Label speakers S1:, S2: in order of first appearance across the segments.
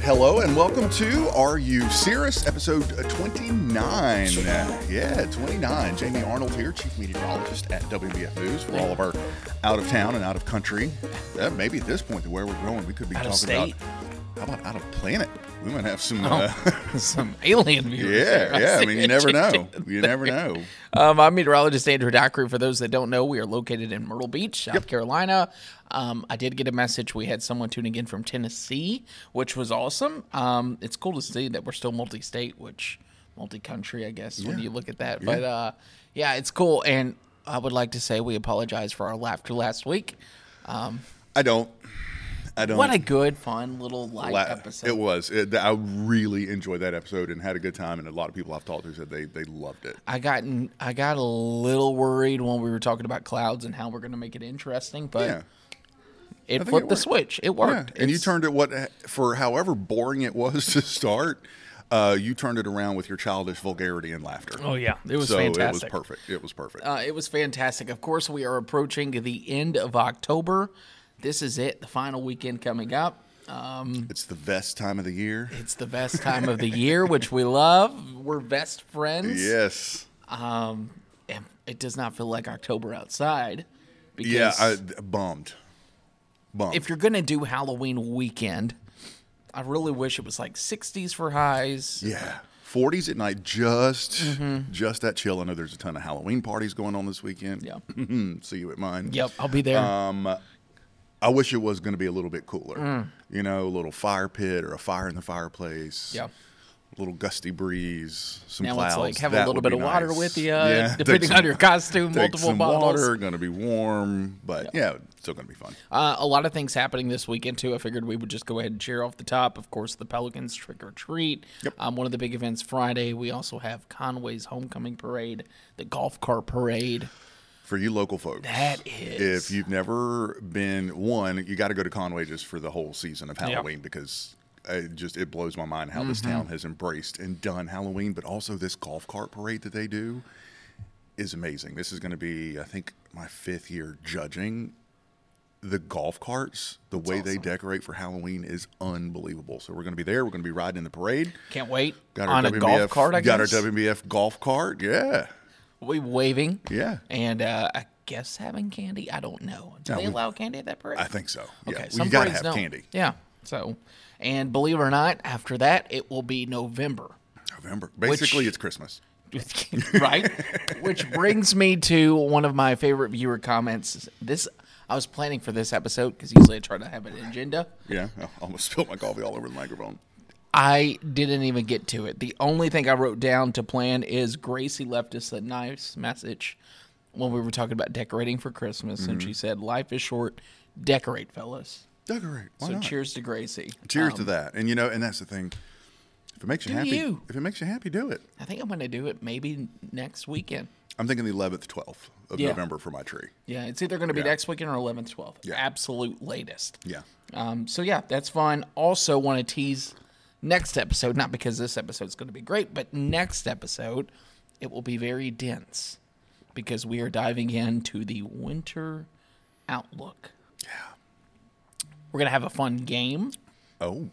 S1: hello and welcome to Are You Serious? Episode 29. Yeah, 29. Jamie Arnold here, Chief Meteorologist at WBF News for all of our out of town and out of country. Uh, maybe at this point, the where we're going, we could be
S2: Out of
S1: talking
S2: state.
S1: about how about out of planet? We might have some.
S2: Oh.
S1: Uh,
S2: some alien viewers. there.
S1: yeah, yeah. I
S2: see
S1: mean, you
S2: what
S1: never know.
S2: did.
S1: You never know.
S2: Um, I'm meteorologist Andrew Dockery. For those that don't know, we are located in Myrtle Beach, South Carolina. Um, I did get a message. We had someone tuning in from Tennessee, which was awesome. Um, it's cool to see that we're still multi-state, which multi-country, I guess, when you look at that. But uh, yeah, it's cool. And I would like to say we apologize for our laughter last week.
S1: I don't. I don't.
S2: What a good, fun little light
S1: Oh. la-
S2: episode.
S1: It was. It, I really enjoyed that episode and had a good time. And a lot of people I've talked to said they, they loved it.
S2: I got I got a little worried when we were talking about clouds and how we're going to make it interesting, but
S1: Yeah.
S2: it
S1: think
S2: flipped
S1: it
S2: the
S1: worked.
S2: switch. It
S1: Yeah,
S2: worked.
S1: And you
S2: It's-
S1: turned it what for however boring it was to start, uh, you turned it around with your childish vulgarity and laughter.
S2: Oh yeah, it was
S1: so
S2: fantastic.
S1: it was perfect. It was perfect.
S2: Uh, it was fantastic. Of course, we are approaching the end of October. This is it. The final weekend coming up. Um,
S1: it's the best time of the year.
S2: it's the best time of the year, which we love. We're best friends.
S1: Yes.
S2: Um, and it does not feel like October outside. Because
S1: Yeah, I, bummed. Bummed.
S2: if you're gonna do Halloween weekend, I really wish it was like 60s for highs.
S1: yeah. 40s at night, just
S2: Mm-hmm.
S1: just that chill. I know there's a ton of Halloween parties going on this weekend.
S2: Yeah.
S1: See you at mine.
S2: Yep, I'll be there.
S1: Um, I wish it was going to be a little bit cooler.
S2: Mm.
S1: You know, a little fire pit or a fire in the fireplace.
S2: Yeah.
S1: A little gusty breeze, some
S2: now
S1: clouds.
S2: it's like have a
S1: That would
S2: little bit
S1: be
S2: of water
S1: nice.
S2: with you, uh,
S1: Yeah, take
S2: depending
S1: some-
S2: on your costume,
S1: take
S2: multiple
S1: some
S2: bottles.
S1: water. Going to be warm, but yeah, it's still going to be fun.
S2: Uh, a lot of things happening this weekend too. I figured we would just go ahead and cheer off the top. Of course, the Pelicans trick or treat.
S1: Yep.
S2: Um, one of the big events Friday. We also have Conway's homecoming parade, the golf cart parade.
S1: For you local folks,
S2: That is
S1: if you've never been one, you got to go to Conway just for the whole season of Halloween because it just it blows my mind how this
S2: Mm-hmm.
S1: town has embraced and done Halloween, but also this golf cart parade that they do is amazing. This is going to be, I think, my fifth year judging. The golf carts, the way they decorate for Halloween is unbelievable. So we're going to be there. We're going to be riding in the parade.
S2: can't wait
S1: Got our
S2: on a
S1: WBF,
S2: golf cart. I
S1: got
S2: guess
S1: our WBF golf cart. Yeah,
S2: we waving.
S1: yeah.
S2: and uh, I guess having candy. I don't know. Do they
S1: we-
S2: allow candy at that parade?
S1: I think so. Yeah.
S2: Okay,
S1: Well,
S2: some
S1: you gotta
S2: parades
S1: have
S2: don't.
S1: candy.
S2: Yeah. So, and believe it or not, after that, it will be November.
S1: November. Basically, it's Christmas.
S2: right? Which brings me to one of my favorite viewer comments. This I was planning for this episode because usually I try to have an agenda.
S1: Yeah, I almost spilled my coffee all over the microphone.
S2: I didn't even get to it. The only thing I wrote down to plan is Gracie left us a nice message when we were talking about decorating for Christmas, and
S1: Mm-hmm.
S2: she said, "Life is short. Decorate, fellas."
S1: Decorate. Why
S2: So
S1: not? Cheers,
S2: cheers to Gracie. Um,
S1: to that. And you know, and that's the thing. If it makes you
S2: Do
S1: happy,
S2: you.
S1: if it makes you happy, do it.
S2: I think I'm going to do it maybe next weekend.
S1: I'm thinking the 11th, 12th of
S2: Yeah.
S1: November for my tree.
S2: Yeah, it's either going to be
S1: Yeah.
S2: next weekend or 11th, 12th.
S1: Yeah.
S2: Absolute latest.
S1: Yeah.
S2: Um, so yeah, that's fun. Also, want to tease next episode, not because this episode is going to be great, but next episode it will be very dense because we are diving into the winter outlook. Yeah, we're gonna have a fun game.
S1: Oh,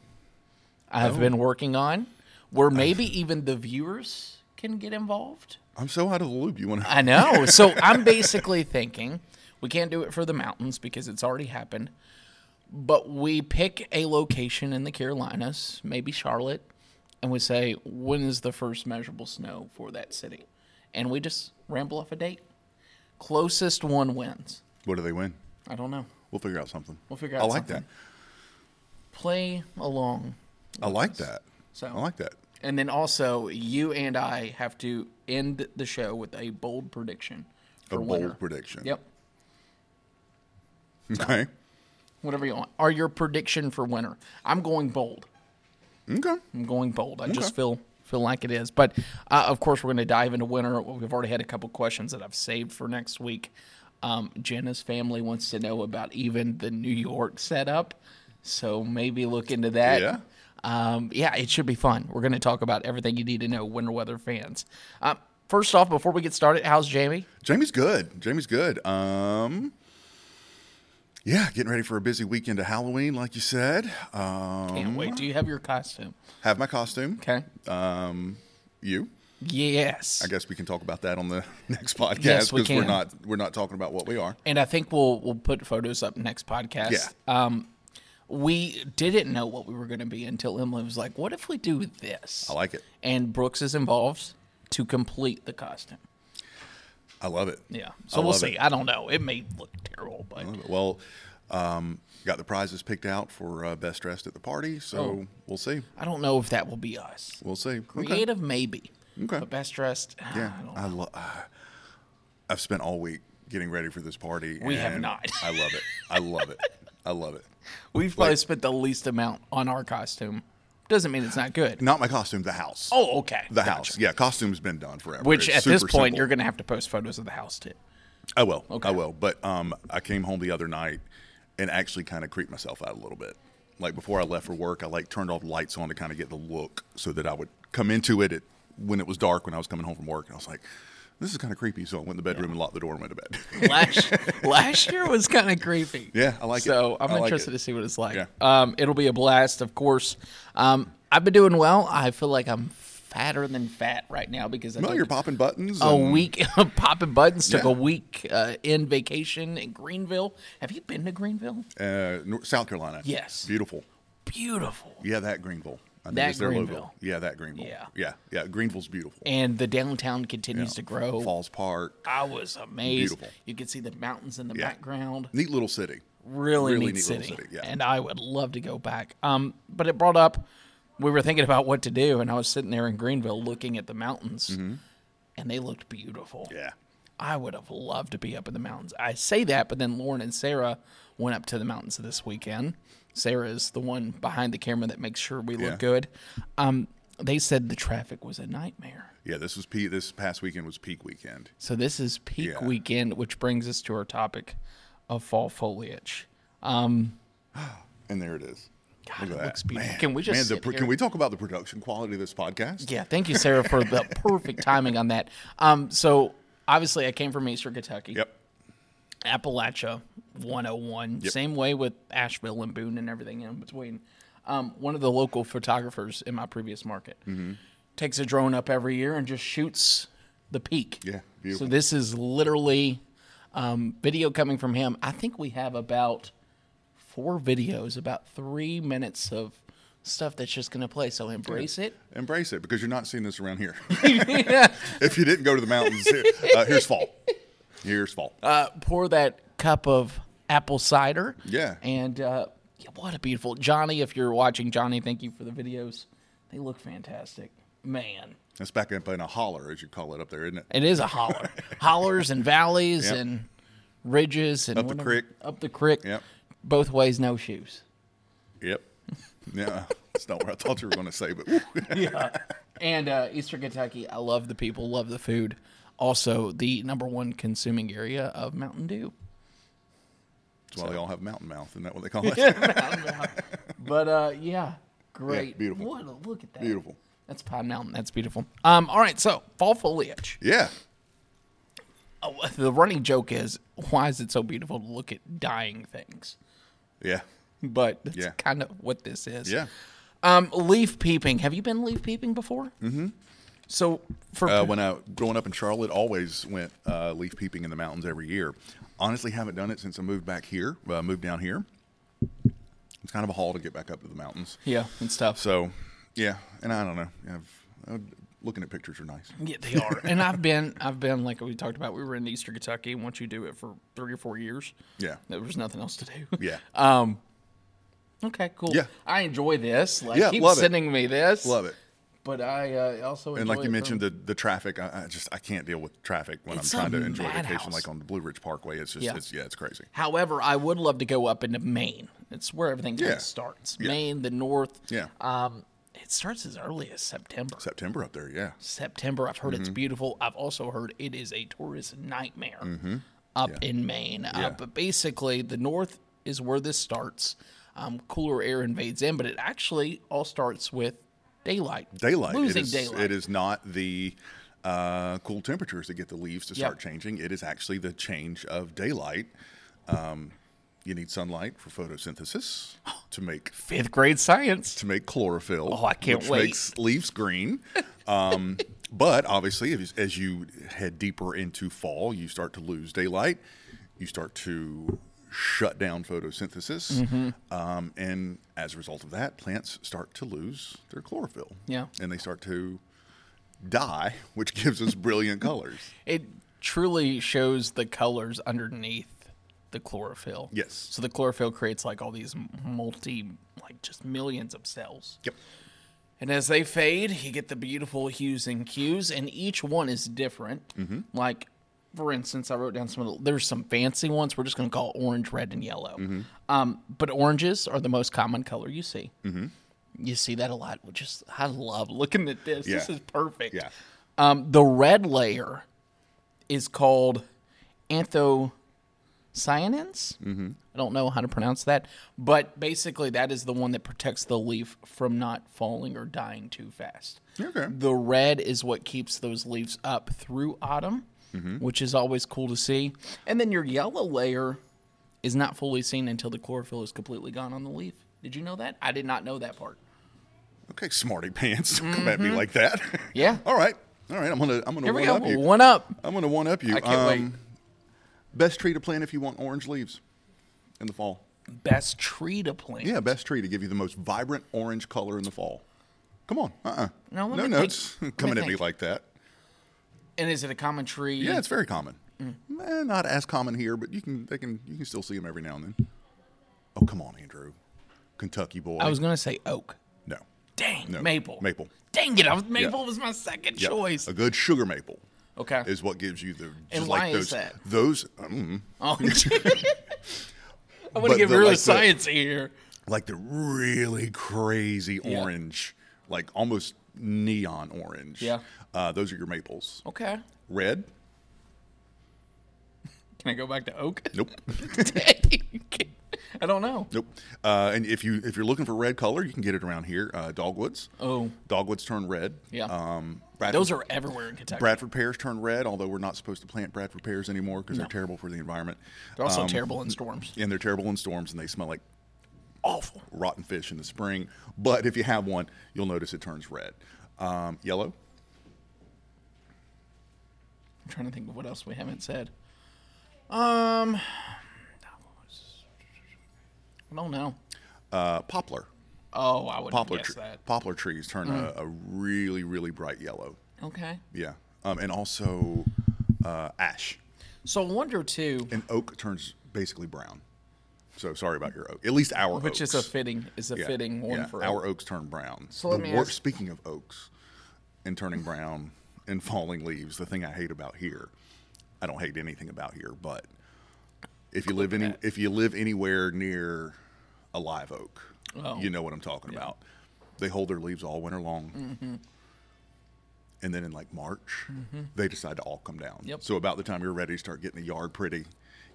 S2: I've been working on where maybe even the viewers can get involved.
S1: I'm so out of the loop. You want to?
S2: I know. So I'm basically thinking we can't do it for the mountains because it's already happened. But we pick a location in the Carolinas, maybe Charlotte, and we say, when is the first measurable snow for that city? And we just ramble off a date. Closest one wins.
S1: What do they win?
S2: I don't know.
S1: We'll figure out something.
S2: We'll figure out
S1: I like
S2: something. Play along.
S1: that. I like that.
S2: So-
S1: I like that.
S2: And then also, you and I have to end the show with a bold prediction
S1: A
S2: for
S1: bold
S2: winner.
S1: prediction.
S2: Yep.
S1: Okay.
S2: whatever you want, are your prediction for winner. I'm going bold.
S1: Okay.
S2: I'm going bold. I just feel feel like it is. But uh, of course, we're going to dive into winter. We've already had a couple questions that I've saved for next week. Um, Jenna's family wants to know about even the New York setup, so maybe look into that.
S1: Yeah.
S2: Um, yeah, it should be fun. We're going to talk about everything you need to know, winter weather fans. Um, first off, before we get started, how's Jamie?
S1: Jamie's good. Jamie's good. Um, Yeah, getting ready for a busy weekend of Halloween, like you said. Um,
S2: Can't wait. Do you have your costume?
S1: Have my costume.
S2: Okay.
S1: Um, you.
S2: Yes.
S1: I guess we can talk about that on the next podcast
S2: Yes, we
S1: we're
S2: can.
S1: not we're not talking about what we are.
S2: and I think we'll we'll put photos up next podcast.
S1: Yeah.
S2: Um, we didn't know what we were going to be until Emily was like, "What if we do this?"
S1: I like it.
S2: and Brooks is involved to complete the costume.
S1: I love it.
S2: Yeah.
S1: I
S2: So we'll
S1: love
S2: see.
S1: it.
S2: I don't know. It may look terrible, but
S1: Love it. Well, um, got the prizes picked out for uh, best dressed at the party, so
S2: Oh.
S1: we'll see.
S2: I don't know if that will be us.
S1: We'll see. Okay.
S2: Creative, maybe.
S1: Okay.
S2: But best dressed. ah,
S1: Yeah, Uh,
S2: I don't
S1: I love. I've spent all week getting ready for this party.
S2: We have
S1: and
S2: not.
S1: I love it. I love it. I love it.
S2: We've probably spent the least amount on our costume. Doesn't mean it's not good.
S1: Not my costume. The house.
S2: Oh, okay.
S1: the house. Yeah, costume's been done forever.
S2: Which
S1: It's
S2: at this
S1: super
S2: point
S1: simple.
S2: you're gonna have to post photos of the house too.
S1: I will. I will. But um, I came home the other night and actually kind of creeped myself out a little bit. Like before I left for work, I like turned all the lights on to kind of get the look so that I would come into it at, when it was dark when I was coming home from work. And I was like, this is kind of creepy. So I went in the bedroom and locked the door and went to bed.
S2: Last last year was kind of creepy.
S1: Yeah, I like it.
S2: so I'm
S1: I like
S2: interested
S1: it.
S2: to see what it's like.
S1: Yeah.
S2: Um, it'll be a blast, of course. Um, I've been doing well. I feel like I'm fatter than fat right now because I
S1: no,
S2: took
S1: you're popping buttons.
S2: a
S1: and-
S2: week popping buttons. Took
S1: Yeah.
S2: a week uh, in vacation in Greenville. Have you been to Greenville?
S1: uh, Nor- South Carolina.
S2: Yes.
S1: Beautiful.
S2: Beautiful.
S1: Yeah, that Greenville. I think
S2: That
S1: it's their logo.
S2: Greenville.
S1: Yeah, that Greenville.
S2: Yeah.
S1: Yeah. Yeah. Greenville's beautiful.
S2: And the downtown continues to grow.
S1: Falls Park.
S2: I was amazed.
S1: Beautiful.
S2: You can see the mountains in the
S1: Yeah.
S2: background.
S1: Neat little city.
S2: Really,
S1: Really
S2: neat,
S1: neat
S2: city.
S1: little city, yeah.
S2: And I would love to go back. Um, but it brought up we were thinking about what to do, and I was sitting there in Greenville looking at the mountains, and they looked beautiful.
S1: Mm-hmm. Yeah.
S2: I would have loved to be up in the mountains. I say that, but then Lauren and Sarah went up to the mountains this weekend. Sarah is the one behind the camera that makes sure we look
S1: Yeah.
S2: good. Um, they said the traffic was a nightmare.
S1: Yeah. This was peak. This past weekend was peak weekend.
S2: So this is peak
S1: Yeah.
S2: weekend, which brings us to our topic of fall foliage.
S1: And there it is.
S2: God,
S1: Look at
S2: it
S1: that.
S2: looks beautiful. Can we just
S1: Man, the,
S2: sit
S1: pr-
S2: here?
S1: can we talk about the production quality of this podcast?
S2: Yeah, thank you, Sarah, for the perfect timing on that. Um, so obviously, I came from Eastern Kentucky,
S1: Yep.
S2: Appalachia 101, same way with Asheville and Boone and everything in between. Um, one of the local photographers in my previous market
S1: Mm-hmm.
S2: takes a drone up every year and just shoots the peak.
S1: Yeah, beautiful.
S2: So this is literally um, video coming from him. I think we have about four videos, about three minutes of stuff that's just going to play. So embrace it.
S1: Embrace it because you're not seeing this around here.
S2: yeah.
S1: if you didn't go to the mountains, here, uh, here's fall. Here's fall.
S2: uh, pour that cup of apple cider.
S1: Yeah.
S2: And uh, yeah, what a beautiful Johnny. If you're watching, Johnny, thank you for the videos. They look fantastic, man.
S1: That's back up in a holler, as you call it up there, isn't it?
S2: It is a holler, hollers and valleys
S1: Yep.
S2: and ridges and
S1: Up the
S2: whatever-
S1: crick.
S2: Up the creek.
S1: Yep.
S2: Both ways, no shoes.
S1: Yep. Yeah. That's not what I thought you were going to say, but whew.
S2: Yeah. and uh, Eastern Kentucky, I love the people, love the food. Also, the number one consuming area of Mountain Dew.
S1: that's why they all have mountain mouth. Isn't that what they call it?
S2: But uh, yeah, great.
S1: beautiful.
S2: What a look at that.
S1: Beautiful.
S2: That's Pine Mountain. That's beautiful. Um, all right, so fall foliage.
S1: Yeah.
S2: Oh, the running joke is why is it so beautiful to look at dying things?
S1: Yeah.
S2: But that's
S1: Yeah.
S2: kind of what this is.
S1: Yeah.
S2: Um, leaf peeping. Have you been leaf peeping before? Mm-hmm. So for
S1: Uh, when I growing up in Charlotte, always went uh, leaf peeping in the mountains every year. Honestly, haven't done it since I moved back here. Uh, moved down here. It's kind of a haul to get back up to the mountains.
S2: yeah, and stuff.
S1: So, yeah, and I don't know. I've, i looking at pictures are nice.
S2: Yeah, they are. and I've been, I've been like we talked about. We were in Eastern Kentucky. and Once you do it for three or four years,
S1: Yeah,
S2: there was nothing else to do.
S1: yeah,
S2: Um. Okay, cool.
S1: Yeah.
S2: I enjoy this. Like,
S1: Yeah,
S2: keep
S1: love it.
S2: sending me this.
S1: love it.
S2: But I uh, also
S1: And
S2: enjoy
S1: like
S2: it
S1: you
S2: from-
S1: mentioned, the the traffic. I, I just I can't deal with traffic when
S2: um, It's a
S1: I'm trying to enjoy vacation,
S2: madhouse.
S1: like on the Blue Ridge Parkway. It's just
S2: Yeah.
S1: it's yeah, it's crazy.
S2: However, I would love to go up into Maine. It's where everything kinda
S1: Yeah.
S2: starts.
S1: Yeah.
S2: Maine, the north.
S1: Yeah.
S2: Um, it starts as early as September.
S1: September up there, yeah.
S2: September. I've heard
S1: Mm-hmm.
S2: it's beautiful. I've also heard it is a tourist nightmare up in Maine.
S1: Mm-hmm. Yeah.
S2: Uh, but basically, the north is where this starts. Um, cooler air invades in, but it actually all starts with daylight.
S1: Daylight. it
S2: Losing
S1: is,
S2: daylight.
S1: It is not the uh, cool temperatures that get the leaves to start
S2: Yep.
S1: changing. It is actually the change of daylight. Um, You need sunlight for photosynthesis to make
S2: Fifth grade science.
S1: to make chlorophyll.
S2: Oh, I can't
S1: which
S2: wait.
S1: Makes leaves green. Um, but obviously, as, as you head deeper into fall, you start to lose daylight. You start to shut down photosynthesis,
S2: Mm-hmm.
S1: um, and as a result of that, plants start to lose their chlorophyll.
S2: Yeah.
S1: and they start to die, which gives us brilliant colors.
S2: It truly shows the colors underneath the chlorophyll.
S1: Yes.
S2: So the chlorophyll creates like all these multi, like just millions of cells.
S1: Yep.
S2: And as they fade, you get the beautiful hues and cues, and each one is different.
S1: Mm-hmm.
S2: Like, for instance, I wrote down some of the, there's some fancy ones we're just going to call orange, red, and yellow.
S1: Mm-hmm.
S2: Um, but oranges are the most common color you see. Mm-hmm. You see that a lot, which is, I love looking at this. This
S1: Yeah.
S2: is perfect.
S1: Yeah.
S2: Um, the red layer is called anthocyanins. Mm-hmm. I don't know how to pronounce that, but basically that is the one that protects the leaf from not falling or dying too fast.
S1: Okay.
S2: The red is what keeps those leaves up through autumn,
S1: Mm-hmm.
S2: which is always cool to see. And then your yellow layer is not fully seen until the chlorophyll is completely gone on the leaf. Did you know that? I did not know that part.
S1: Okay, smarty pants. Don't come at me like that.
S2: Mm-hmm. Yeah.
S1: All right. All right. I'm gonna. I'm gonna
S2: Here we
S1: one
S2: go.
S1: up you.
S2: One up.
S1: I'm gonna one up you. Um,
S2: I can't wait.
S1: Best tree to plant if you want orange leaves in the fall.
S2: Best tree to plant.
S1: Yeah, best tree to give you the most vibrant orange color in the fall. Come on. Uh-uh.
S2: No, let
S1: no
S2: me
S1: notes
S2: think. Let me
S1: coming at me
S2: think. Mm.
S1: like that.
S2: And is it a common tree?
S1: Yeah, it's very common.
S2: Mm.
S1: Eh, not as common here, but you can they can you can still see them every now and then. Oh, come on, Andrew. Kentucky boy.
S2: I was gonna say oak.
S1: no.
S2: Dang,
S1: No.
S2: maple.
S1: Maple.
S2: Dang it! I was, maple was my second
S1: Yeah. Uh,
S2: choice.
S1: A good sugar maple
S2: Okay.
S1: is what gives you the just
S2: And
S1: like
S2: why is
S1: those
S2: that?
S1: those mm,
S2: oh, I want
S1: But
S2: to get
S1: the,
S2: really
S1: like, the-
S2: science here.
S1: like the really crazy
S2: Yeah.
S1: orange, like almost neon orange.
S2: Yeah.
S1: Uh, those are your maples.
S2: Okay.
S1: Red?
S2: Can I go back to oak?
S1: Nope.
S2: Dang. I don't know.
S1: nope. Uh, and if you if you're looking for red color, you can get it around here. Uh, dogwoods.
S2: Oh.
S1: Dogwoods turn red.
S2: Yeah.
S1: Um, Bradford,
S2: Those are everywhere in Kentucky.
S1: Bradford pears turn red, although we're not supposed to plant Bradford pears anymore because they're terrible for the environment.
S2: They're also
S1: Um,
S2: terrible in storms.
S1: And they're terrible in storms, and they smell like
S2: Awful.
S1: rotten fish in the spring. But if you have one, you'll notice it turns red. Um, yellow.
S2: I'm trying to think of what else we haven't said. Um, I don't know.
S1: Uh, poplar.
S2: Oh, I would
S1: poplar
S2: guess
S1: tre-
S2: that.
S1: poplar trees turn
S2: Mm.
S1: a, a really really bright yellow.
S2: Okay.
S1: Yeah, um, and also uh, ash.
S2: So I wonder too,
S1: And oak turns basically brown. So sorry about your oak. At least our
S2: which
S1: oaks.
S2: is a fitting is a
S1: Yeah,
S2: fitting one
S1: yeah,
S2: for
S1: our oaks turn brown.
S2: So let
S1: The
S2: me
S1: wor-
S2: ask-
S1: Speaking of oaks and turning brown and falling leaves, the thing I hate about here, I don't hate anything about here, but if you live any if you live anywhere near a live oak,
S2: Oh.
S1: you know what I'm talking about. They hold their leaves all winter long.
S2: Mm-hmm.
S1: And then in like March, they decide to all come down.
S2: Yep.
S1: So about the time you're ready to start getting the yard pretty,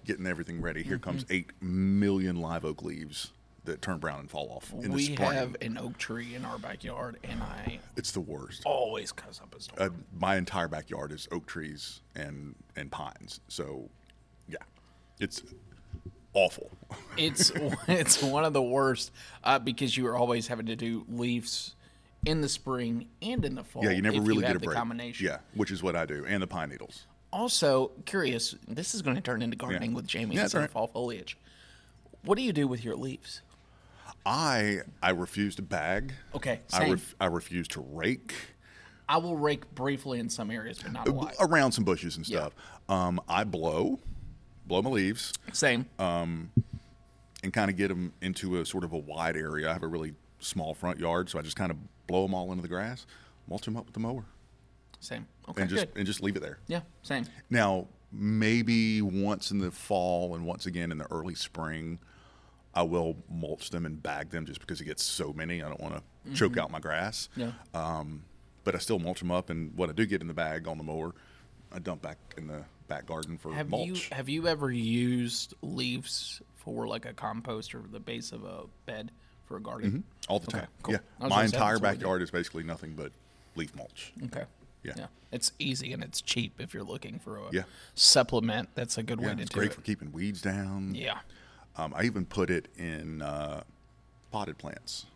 S1: getting everything ready, here
S2: Mm-hmm.
S1: comes eight million live oak leaves that turn brown and fall off in
S2: we
S1: the spring.
S2: have an oak tree in our backyard, and I
S1: It's the worst.
S2: always cuss up a storm.
S1: Uh, my entire backyard is oak trees and and pines. So, yeah, it's awful.
S2: it's it's one of the worst uh, because you are always having to do leaves in the spring and in the fall.
S1: Yeah, you never
S2: if
S1: really
S2: have
S1: get a
S2: the
S1: break.
S2: combination.
S1: Yeah, which is what I do, and the pine needles.
S2: Also, curious. This is going to turn into gardening with Jamie
S1: Yeah,
S2: and
S1: it's
S2: some
S1: all right.
S2: fall foliage. What do you do with your leaves?
S1: I I refuse to bag.
S2: Okay,
S1: I
S2: same.
S1: I refuse to rake.
S2: I will rake briefly in some areas, but
S1: Uh,
S2: not a lot.
S1: around some bushes and stuff. Um, I blow, blow my leaves,
S2: Same.
S1: uh, and kind of get them into a sort of a wide area. I have a really small front yard, so I just kind of blow them all into the grass, mulch them up with the mower,
S2: same. Okay.
S1: and just
S2: good.
S1: and just leave it there.
S2: Yeah. Same.
S1: Now, maybe once in the fall and once again in the early spring, I will mulch them and bag them just because it gets so many. I don't want to choke out my grass.
S2: Mm-hmm. Yeah.
S1: But I still mulch them up, and what I do get in the bag on the mower, I dump back in the back garden for
S2: Have
S1: mulch.
S2: you have you ever used leaves for like a compost or the base of a bed for a garden?
S1: All the time.
S2: cool. I
S1: Yeah.
S2: was
S1: My
S2: gonna say,
S1: entire
S2: that's what we do.
S1: backyard is basically nothing but leaf mulch.
S2: Okay.
S1: Mm-hmm. Yeah.
S2: It's easy and it's cheap if you're looking for a
S1: Yeah.
S2: supplement. That's a good way
S1: Yeah,
S2: to
S1: it's
S2: do
S1: great
S2: it.
S1: for keeping weeds down.
S2: yeah.
S1: Um, I even put it in uh, potted plants.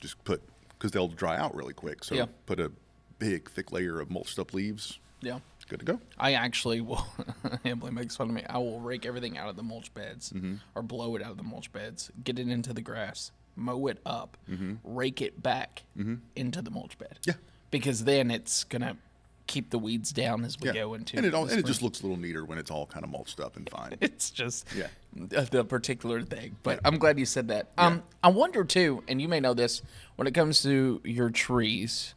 S1: Just put because they'll dry out really quick. So
S2: Mm. Yeah.
S1: put a big thick layer of mulched up leaves.
S2: Yeah.
S1: Good to go.
S2: I actually will. Emily makes fun of me. I will rake everything out of the mulch beds
S1: Mm-hmm.
S2: or blow it out of the mulch beds, get it into the grass, mow it up, rake it back into the mulch bed.
S1: Mm-hmm. Yeah.
S2: Because then it's going to keep the weeds down as we
S1: Yeah.
S2: go into
S1: and it all
S2: the
S1: and it
S2: spring.
S1: just looks a little neater when it's all kind of mulched up and fine.
S2: it's just
S1: Yeah.
S2: the- the particular thing. But I'm glad you said that. Um, I wonder too, and you may know this when it comes to your trees,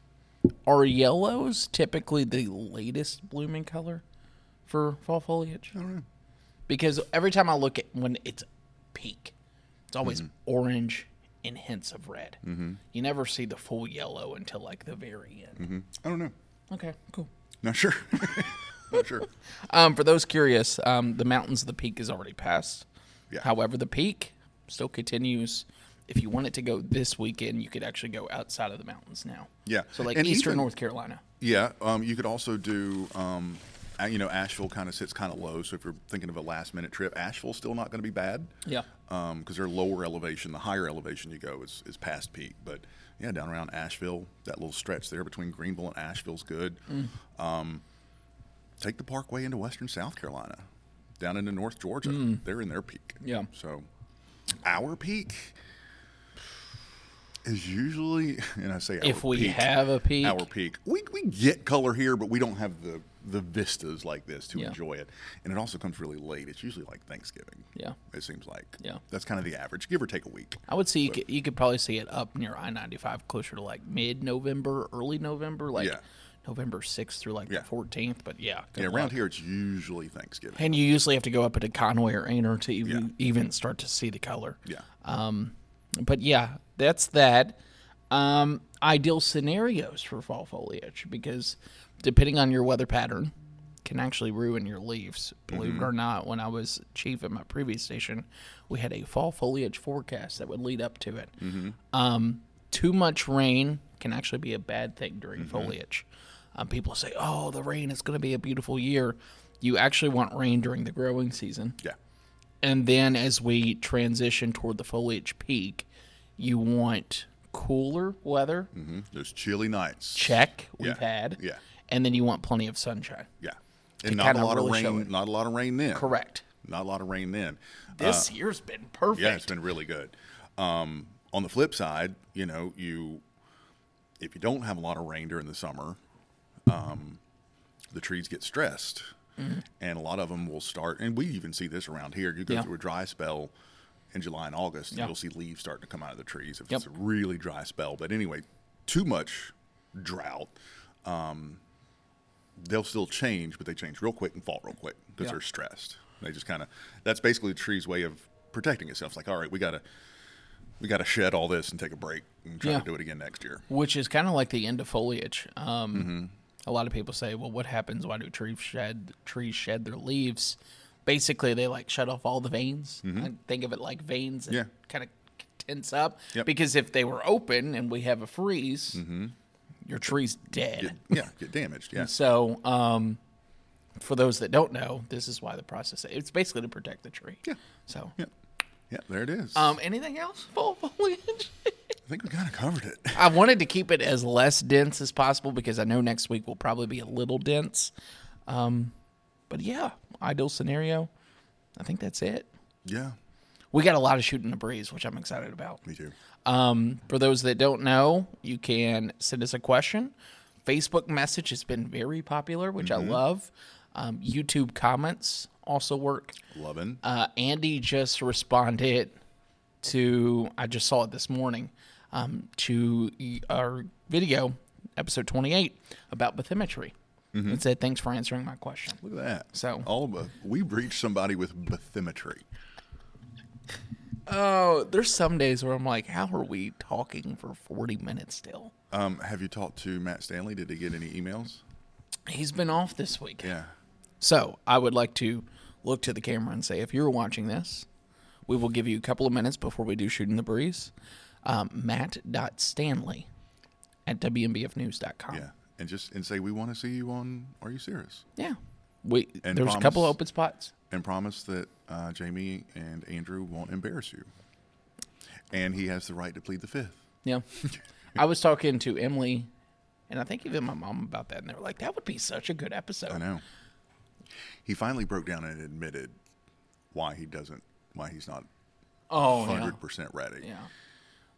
S2: are yellows typically the latest blooming color for fall foliage? Because every time I look at when it's peak, it's always orange and hints of red. You never see the full yellow until like the very end.
S1: I don't know.
S2: Okay, cool.
S1: Not sure. Not sure.
S2: Um, for those curious, um, the mountains of the peak is already passed.
S1: Yeah.
S2: However, the peak still continues. If you want it to go this weekend, you could actually go outside of the mountains now.
S1: Yeah.
S2: So like
S1: And
S2: eastern
S1: even-
S2: North Carolina.
S1: Yeah, um, you could also do, um, uh, you know, Asheville kind of sits kind of low. So if you're thinking of a last minute trip, Asheville's still not going to be bad.
S2: Yeah.
S1: Because they're Um, lower elevation. The higher elevation you go is, is past peak. But yeah, down around Asheville, that little stretch there between Greenville and Asheville's good.
S2: Mm.
S1: Um, take the parkway into western South Carolina, down into North Georgia. They're in their peak.
S2: Mm. Yeah.
S1: So our peak is usually, and I say our
S2: If we
S1: peak,
S2: have a peak.
S1: our peak. We, we get color here, but we don't have the, the vistas like this to
S2: Yeah.
S1: enjoy it. And it also comes really late. It's usually like Thanksgiving.
S2: Yeah.
S1: It seems like.
S2: Yeah.
S1: That's kind of the average, give or take a week.
S2: I would see you could, you could probably see it up near I ninety five closer to like mid November, early November, like
S1: Yeah.
S2: November sixth through like
S1: Yeah.
S2: the fourteenth. But yeah, good
S1: Yeah, around
S2: luck.
S1: here, it's usually Thanksgiving.
S2: And you usually have to go up into Conway or Anner to even even start to see the color.
S1: Yeah.
S2: Um, but yeah, that's that. Um, ideal scenarios for fall foliage because depending on your weather pattern can actually ruin your leaves. Believe it or not, when I was chief at my previous station, we had a fall foliage forecast that would lead up to it. Um, too much rain can actually be a bad thing during foliage. Um, people say, "Oh, the rain is going to be a beautiful year." You actually want rain during the growing season.
S1: yeah.
S2: And then as we transition toward the foliage peak, you want cooler weather.
S1: hmm Those chilly nights.
S2: Check, we've
S1: Yeah.
S2: had.
S1: Yeah.
S2: And then you want plenty of sunshine.
S1: yeah. And not a
S2: kinda
S1: lot of
S2: really show
S1: rain.
S2: it.
S1: Not a lot of rain then.
S2: Correct.
S1: Not a lot of rain then.
S2: This
S1: Uh,
S2: year's been perfect.
S1: Yeah, it's been really good. Um, on the flip side, you know, you if you don't have a lot of rain during the summer, um, the trees get stressed,
S2: Mm-hmm.
S1: and a lot of them will start. And we even see this around here. You go
S2: Yeah.
S1: through a dry spell in July and August, and
S2: Yeah.
S1: you'll see leaves starting to come out of the trees if
S2: Yep.
S1: it's a really dry spell. But anyway, too much drought. Um, they'll still change, but they change real quick and fall real quick because
S2: Yeah.
S1: they're stressed. They just kind of that's basically the tree's way of protecting itself. It's like, all right, we gotta we gotta shed all this and take a break and try
S2: Yeah.
S1: to do it again next year.
S2: Which is kind of like the end of foliage. Um,
S1: Mm-hmm.
S2: A lot of people say, well, what happens? Why do trees shed, trees shed their leaves? Basically, they like shut off all the veins. I think of it like veins that
S1: Mm-hmm. Yeah.
S2: kind of tense up.
S1: Yep. Mm-hmm.
S2: Because if they were open and we have a freeze, your tree's dead.
S1: Yeah, get damaged. Yeah,
S2: So, um, for those that don't know, this is why the process it's basically to protect the tree.
S1: Yeah.
S2: So,
S1: yeah, yeah. There it is.
S2: um, anything else? Fall foliage.
S1: I think we kind of covered it.
S2: I wanted to keep it as less dense as possible because I know next week will probably be a little dense. Um, but yeah, ideal scenario. I think that's it.
S1: yeah,
S2: We got a lot of shooting the breeze, which I'm excited about.
S1: me too.
S2: Um, for those that don't know, you can send us a question. Facebook message has been very popular, which I love. Um, YouTube comments also work.
S1: Loving.
S2: Uh, Andy just responded to, I just saw it this morning, um, to y- our video, episode 28, about bathymetry. It said, thanks for answering my question.
S1: Look at that.
S2: so-
S1: all of us, we reached somebody with bathymetry.
S2: Oh, there's some days where I'm like, how are we talking for 40 minutes still?
S1: Um, have you talked to Matt Stanley? Did he get any emails?
S2: He's been off this week.
S1: Yeah.
S2: So I would like to look to the camera and say, if you're watching this, we will give you a couple of minutes before we do shooting the breeze. Um, Matt.stanley at WMBFnews.com.
S1: Yeah, and just and say we want to see you on. Are you serious?
S2: Yeah. We,
S1: And
S2: there's a
S1: promise-
S2: couple of open spots.
S1: And promise that uh, Jamie and Andrew won't embarrass you. And he has the right to plead the fifth.
S2: Yeah. I was talking to Emily and I think even my mom about that and they were like, That would be such a good
S1: I
S2: episode.
S1: know. He finally broke down and admitted why he doesn't, why he's not
S2: Oh yeah.
S1: 100% ready.
S2: Yeah.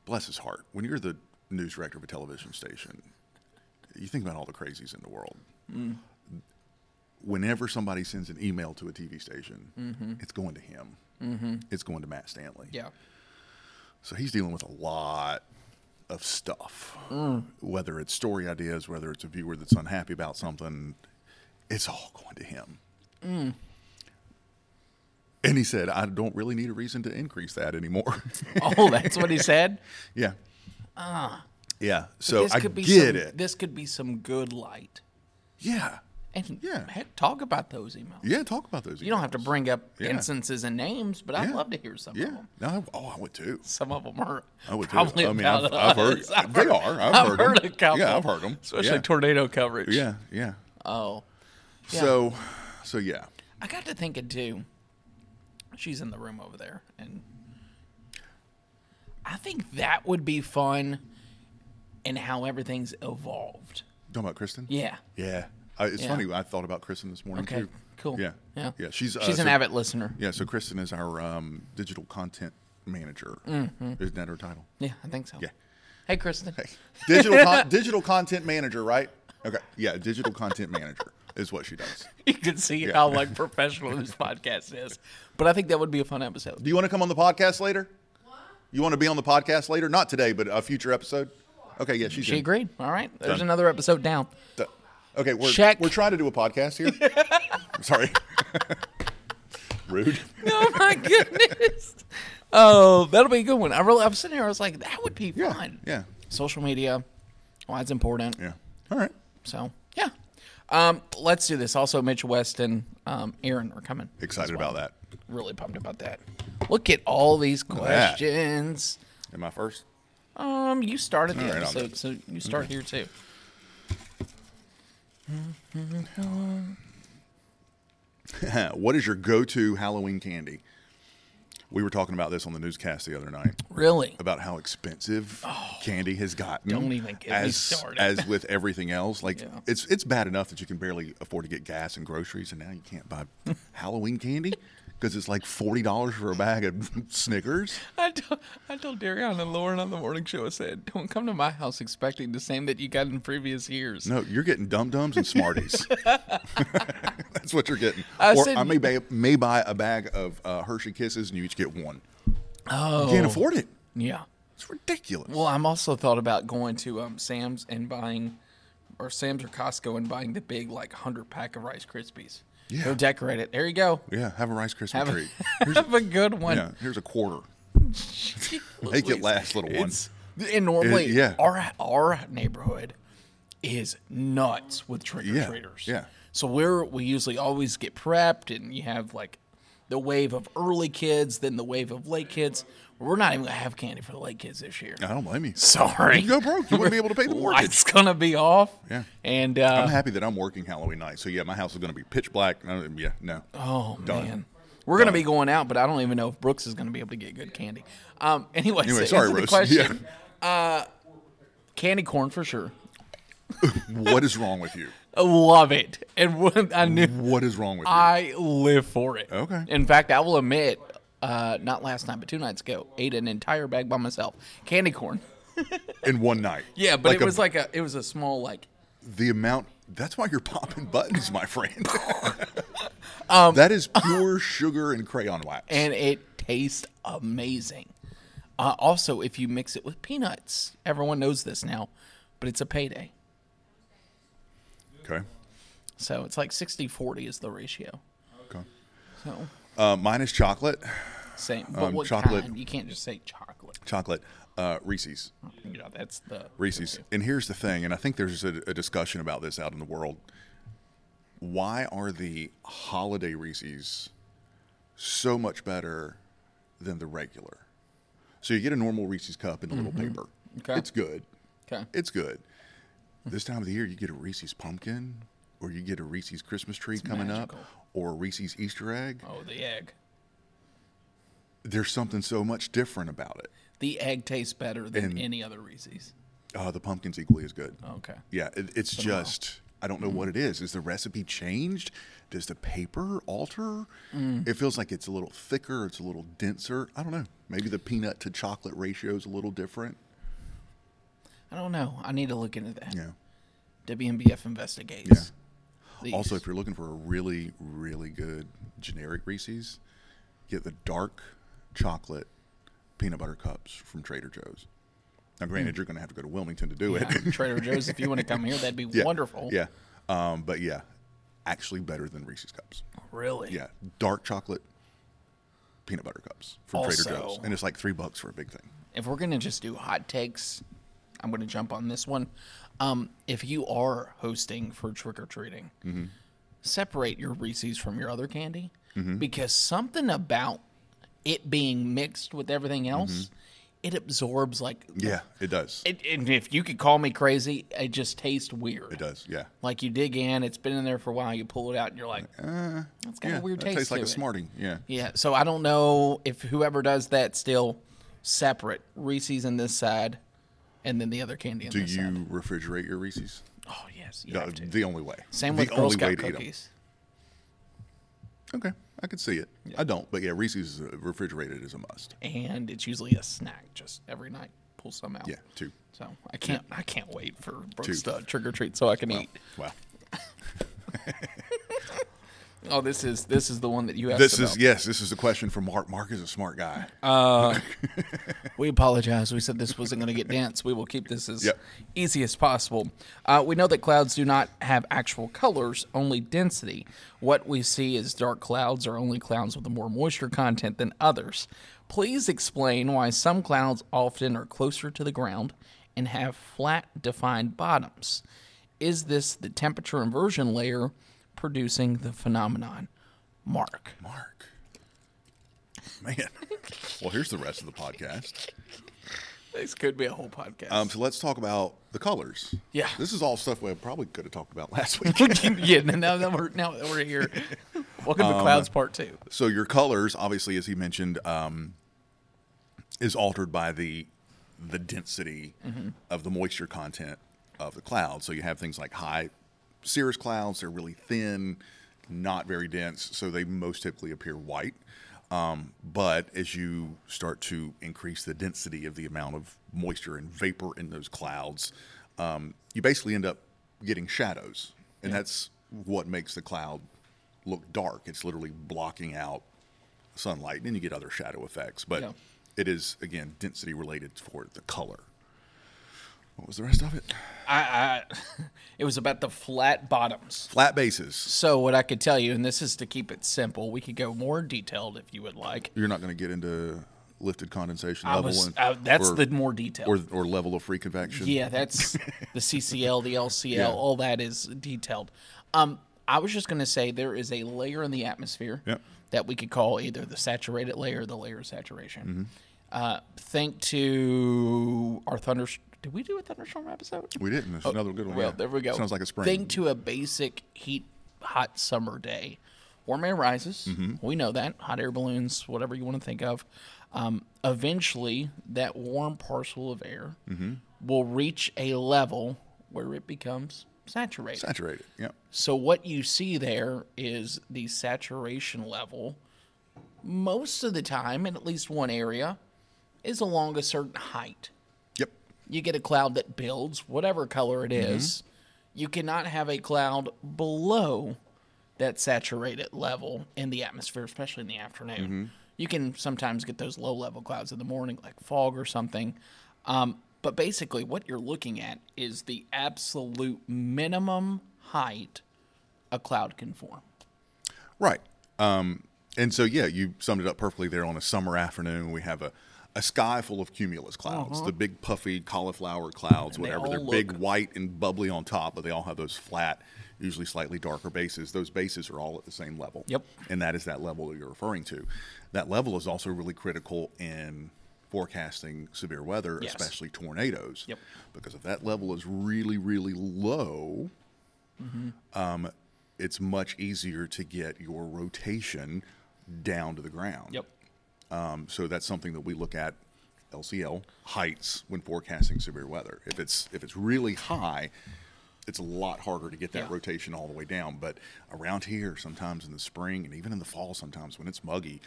S1: Bless his heart. When you're the news director of a television station, you think about all the crazies in the world.
S2: Mm.
S1: Whenever somebody sends an email to a TV station,
S2: Mm-hmm.
S1: it's going to him. It's going to Matt Stanley.
S2: Yeah.
S1: So he's dealing with a lot of stuff, whether it's story ideas, whether it's a viewer that's unhappy about something, it's all going to him. And he said, I don't really need a reason to increase that anymore.
S2: Oh, that's what he said?
S1: yeah. yeah. So
S2: Uh. this
S1: I
S2: could be
S1: get
S2: some,
S1: it.
S2: This could be some good light.
S1: yeah.
S2: And
S1: Yeah.
S2: heck, talk about those emails.
S1: Yeah. Talk about those.
S2: You don't have to bring up
S1: Yeah.
S2: instances and names, but I'd
S1: Yeah.
S2: love to hear some of
S1: Yeah.
S2: them.
S1: No, I, oh, I would too.
S2: Some of them are
S1: I would
S2: probably
S1: too. I mean,
S2: about
S1: I've, I've heard.
S2: us. I've
S1: they
S2: heard-
S1: are. I've,
S2: I've heard,
S1: them.
S2: a couple.
S1: Yeah, I've heard them.
S2: Especially
S1: yeah.
S2: tornado coverage.
S1: Yeah. Yeah.
S2: Oh, Yeah.
S1: So, so yeah.
S2: I got to thinking too. She's in the room over there, and I think that would be fun, and how everything's evolved.
S1: Talking about Kristen?
S2: Yeah.
S1: Yeah. I, it's
S2: Yeah.
S1: funny. I thought about Kristen this morning
S2: Okay.
S1: too.
S2: Cool.
S1: Yeah.
S2: Yeah.
S1: Yeah. She's uh,
S2: She's an
S1: so-
S2: avid listener.
S1: Yeah. So Kristen is our um, digital content manager.
S2: Mm-hmm.
S1: Isn't that her title?
S2: Yeah, I think so.
S1: Yeah.
S2: Hey, Kristen.
S1: Digital con- digital content manager, right? Okay. Yeah. Digital content manager is what she does.
S2: You can see how like professional this podcast is, but I think that would be a fun episode.
S1: Do you want to come on the podcast later? You want to be on the podcast later? Not today, but a future episode. Okay. Yeah. She's
S2: She
S1: in.
S2: agreed. All right, there's
S1: Done.
S2: another episode down.
S1: Th- Okay. We're
S2: Check.
S1: we're trying to do a podcast here. I'm sorry. Rude.
S2: Oh my goodness. Oh, that'll be a good one. I really, I'm sitting here. I was like, that would be
S1: Yeah.
S2: fun.
S1: Yeah.
S2: Social media, why it's important.
S1: Yeah. All right.
S2: So yeah, um, let's do this. Also, Mitch West and um, Aaron are coming.
S1: Excited about that.
S2: Really pumped about that. Look at all these
S1: that.
S2: questions.
S1: Am I first?
S2: Um, you started the
S1: All right, I'll do
S2: episode, so you start here too.
S1: what is your go-to Halloween candy? We were talking about this on the newscast the other night
S2: Really?
S1: about how expensive candy has gotten.
S2: Oh, don't even get me
S1: as,
S2: started.
S1: As with everything else, like
S2: Yeah.
S1: it's it's bad enough that you can barely afford to get gas and groceries, and now you can't buy Halloween candy because it's like forty dollars for a bag of Snickers.
S2: I told, I told Darion and Lauren on the morning show, I said, don't come to my house expecting the same that you got in previous years.
S1: No, you're getting Dum Dums and Smarties. That's what you're getting.
S2: I
S1: or
S2: said-
S1: I may buy, may buy a bag of uh, Hershey Kisses, and you each get one.
S2: Oh.
S1: You can't afford it.
S2: Yeah.
S1: It's ridiculous.
S2: Well, I'm also thought about going to um, Sam's and buying, or Sam's or Costco and buying the big, like, 100 pack of Rice Krispies.
S1: Yeah.
S2: Go decorate it. There you go.
S1: Yeah, have a Rice Krispie
S2: Have
S1: treat.
S2: a, have a good one.
S1: yeah, here's a quarter.
S2: Jeez
S1: Make it
S2: Louise.
S1: last, little one.
S2: It's- And normally,
S1: It- yeah.
S2: our our neighborhood is nuts with trick or treaters.
S1: yeah.
S2: So we're we usually always get prepped, and you have like the wave of early kids, then the wave of late kids. We're not even gonna have candy for the late kids this year.
S1: I don't blame you.
S2: Sorry,
S1: You go broke. You wouldn't be able to pay the mortgage.
S2: Lights gonna be off.
S1: Yeah.
S2: And uh,
S1: I'm happy that I'm working Halloween night. So yeah, my house is going to be pitch black. No, yeah, no.
S2: Oh
S1: Done.
S2: man, we're gonna be going out, but I don't even know if Brooks is gonna be able to get good candy. Um, anyway,
S1: Anyway,
S2: so
S1: sorry,
S2: answer the
S1: Rose.
S2: question. Uh, candy corn for sure.
S1: What is wrong with you?
S2: I Love it, and when I knew
S1: What is wrong with you?
S2: I live for it.
S1: Mm-hmm. Okay.
S2: In fact, I will admit, uh, not last night, but two nights ago, ate an entire bag by myself. Candy corn.
S1: In one night.
S2: Yeah, but it
S1: a-
S2: was like a it was a small like
S1: the amount. That's why you're popping buttons, my friend. um, that is pure sugar and crayon wax.
S2: and it tastes amazing. Uh, also, if you mix it with peanuts, everyone knows this now, but it's a payday.
S1: okay.
S2: So it's like 60 40 is the ratio.
S1: Okay.
S2: So
S1: Uh, mine is chocolate.
S2: same. But
S1: Um,
S2: what
S1: chocolate.
S2: kind? You can't just say chocolate.
S1: Chocolate. Uh, Reese's.
S2: You know, that's the
S1: Reese's. And here's the thing, and I think there's a, a discussion about this out in the world. Why are the holiday Reese's so much better than the regular? So you get a normal Reese's cup in a little paper.
S2: Mm-hmm. Okay.
S1: It's good.
S2: Okay.
S1: It's good. This time of the year, you get a Reese's pumpkin, or you get a Reese's Christmas tree coming
S2: magical.
S1: up, or a Reese's Easter egg.
S2: Oh, the egg.
S1: there's something so much different about it.
S2: The egg tastes better than
S1: And-
S2: any other Reese's.
S1: Uh, the pumpkin's equally as good.
S2: Okay.
S1: Yeah, it, it's just I don't know what it is. Is the recipe changed? Does the paper alter? It feels like it's a little thicker. It's a little denser. I don't know. Maybe the peanut to chocolate ratio is a little different.
S2: I don't know. I need to look into that.
S1: Yeah.
S2: WMBF investigates. these.
S1: Also, if you're looking for a really, really good generic Reese's, get the dark chocolate peanut butter cups from Trader Joe's. Now, granted, you're going to have to go to Wilmington to do
S2: Mm. Yeah,
S1: it.
S2: Trader Joe's, if you want to come here, that'd be
S1: Yeah.
S2: wonderful.
S1: Yeah. Um, but yeah, actually better than Reese's cups.
S2: Really?
S1: Yeah, dark chocolate peanut butter cups from Trader
S2: Also-
S1: Joe's, and it's like three bucks for a big thing.
S2: If we're gonna just do hot takes, I'm gonna jump on this one. Um, if you are hosting for trick or treating,
S1: Mm-hmm.
S2: separate your Reese's from your other candy
S1: Mm-hmm.
S2: because something about it being mixed with everything
S1: Mm-hmm.
S2: else, it absorbs like
S1: Yeah, it does. It,
S2: It, and if you could call me crazy, it just tastes weird.
S1: does. Yeah.
S2: Like you dig in, it's been in there for a while. You pull it out, and you're like,
S1: Uh,
S2: "That's got a weird
S1: that
S2: taste."
S1: tastes like a
S2: to it."
S1: Smartie. Yeah.
S2: Yeah, so I don't know if whoever does that still separate Reese's in this side, and then the other candy in
S1: Do
S2: this
S1: you
S2: side.
S1: refrigerate your Reese's?
S2: Oh yes, you
S1: No,
S2: have to.
S1: the only way.
S2: Same
S1: the
S2: with Girl
S1: only way
S2: Scout
S1: to eat 'em.
S2: cookies.
S1: Okay, I can see it. I don't, but yeah, Reese's uh, refrigerated is a must.
S2: and it's usually a snack. Just every night, pull some out.
S1: Yeah, two.
S2: So I can't, I can't wait for Brooks
S1: Two.
S2: to trick or treat so I can eat.
S1: Wow.
S2: Oh, this is this is the one that you asked.
S1: This
S2: about.
S1: is yes. This is the question from Mark. Mark is a smart guy.
S2: We apologize. We said this wasn't going to get danced. We will keep this as
S1: Yep.
S2: easy as possible. Uh, we know that clouds do not have actual colors, only density. What we see as dark clouds are only clouds with more moisture content than others. Please explain why some clouds often are closer to the ground and have flat, defined bottoms. Is this the temperature inversion layer producing the phenomenon? Mark.
S1: Mark. Man. well, here's the rest of the podcast.
S2: This could be a whole podcast.
S1: Um, so let's talk about the colors.
S2: Yeah.
S1: This is all stuff we probably could have talked about last week.
S2: yeah, now that we're now that we're here. Welcome to Clouds Part Two.
S1: so your colors, obviously, as he mentioned, um, is altered by the the density of the moisture content of the cloud. So you have things like high cirrus clouds; they're really thin, not very dense, so they most typically appear white. Um, but as you start to increase the density of the amount of moisture and vapor in those clouds, um, you basically end up getting shadows, and that's what makes the cloud look dark. It's literally blocking out sunlight, and then you get other shadow effects. But
S2: Yeah.
S1: it is again density related for the color. What was the rest of it?
S2: I, I it was about the flat bottoms.
S1: Flat bases.
S2: So what I could tell you, and this is to keep it simple, we could go more detailed if you would like.
S1: You're not going to get into lifted condensation
S2: I
S1: level.
S2: was
S1: and,
S2: uh, that's
S1: or,
S2: the more detailed.
S1: or or level of free convection.
S2: yeah, that's the CCL, the LCL, all that is detailed. Um, I was just gonna say there is a layer in the atmosphere
S1: Yep.
S2: that we could call either the saturated layer or the layer of saturation. Uh, think to our thunder. Did we do a thunderstorm episode?
S1: We didn't. There's another good one.
S2: Oh, Well,
S1: yeah.
S2: there we go.
S1: Sounds like a spring.
S2: Think to a basic heat, hot summer day. Warm air rises.
S1: Mm-hmm.
S2: We know that. Hot air balloons, whatever you want to think of. Um, eventually, that warm parcel of air
S1: Mm-hmm.
S2: will reach a level where it becomes saturated.
S1: Saturated. Yeah.
S2: So what you see there is the saturation level. Most of the time, in at least one area, is along a certain height
S1: Yep.
S2: you get a cloud that builds whatever color it is. You cannot have a cloud below that saturated level in the atmosphere, especially in the afternoon. You can sometimes get those low level clouds in the morning, like fog or something. Um, but basically, what you're looking at is the absolute minimum height a cloud can form.
S1: Right. Um, and so, yeah, you summed it up perfectly there on a summer afternoon. We have a, a sky full of cumulus clouds, the big puffy cauliflower clouds,
S2: Uh-huh. they
S1: whatever. They are
S2: all
S1: big,
S2: look-
S1: white, and bubbly on top, but they all have those flat, usually slightly darker bases. Those bases are all at the same level.
S2: Yep.
S1: And that is that level that you're referring to. That level is also really critical in forecasting severe weather,
S2: Yes.
S1: especially tornadoes.
S2: Yep.
S1: Because if that level is really, really low, it's much easier to get your rotation down to the ground. Um, so that's something that we look at LCL heights when forecasting severe weather. If it's if it's really high, it's a lot harder to get that
S2: Yeah.
S1: rotation all the way down. But around here, sometimes in the spring and even in the fall, sometimes when it's muggy,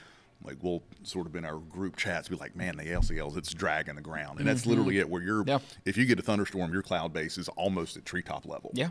S1: like we'll sort of in our group chats be like, "Man, the LCLs, it's dragging the ground," and that's literally it. Where you're,
S2: Mm-hmm. Yeah.
S1: if you get a thunderstorm, your cloud base is almost at treetop level.
S2: Yeah.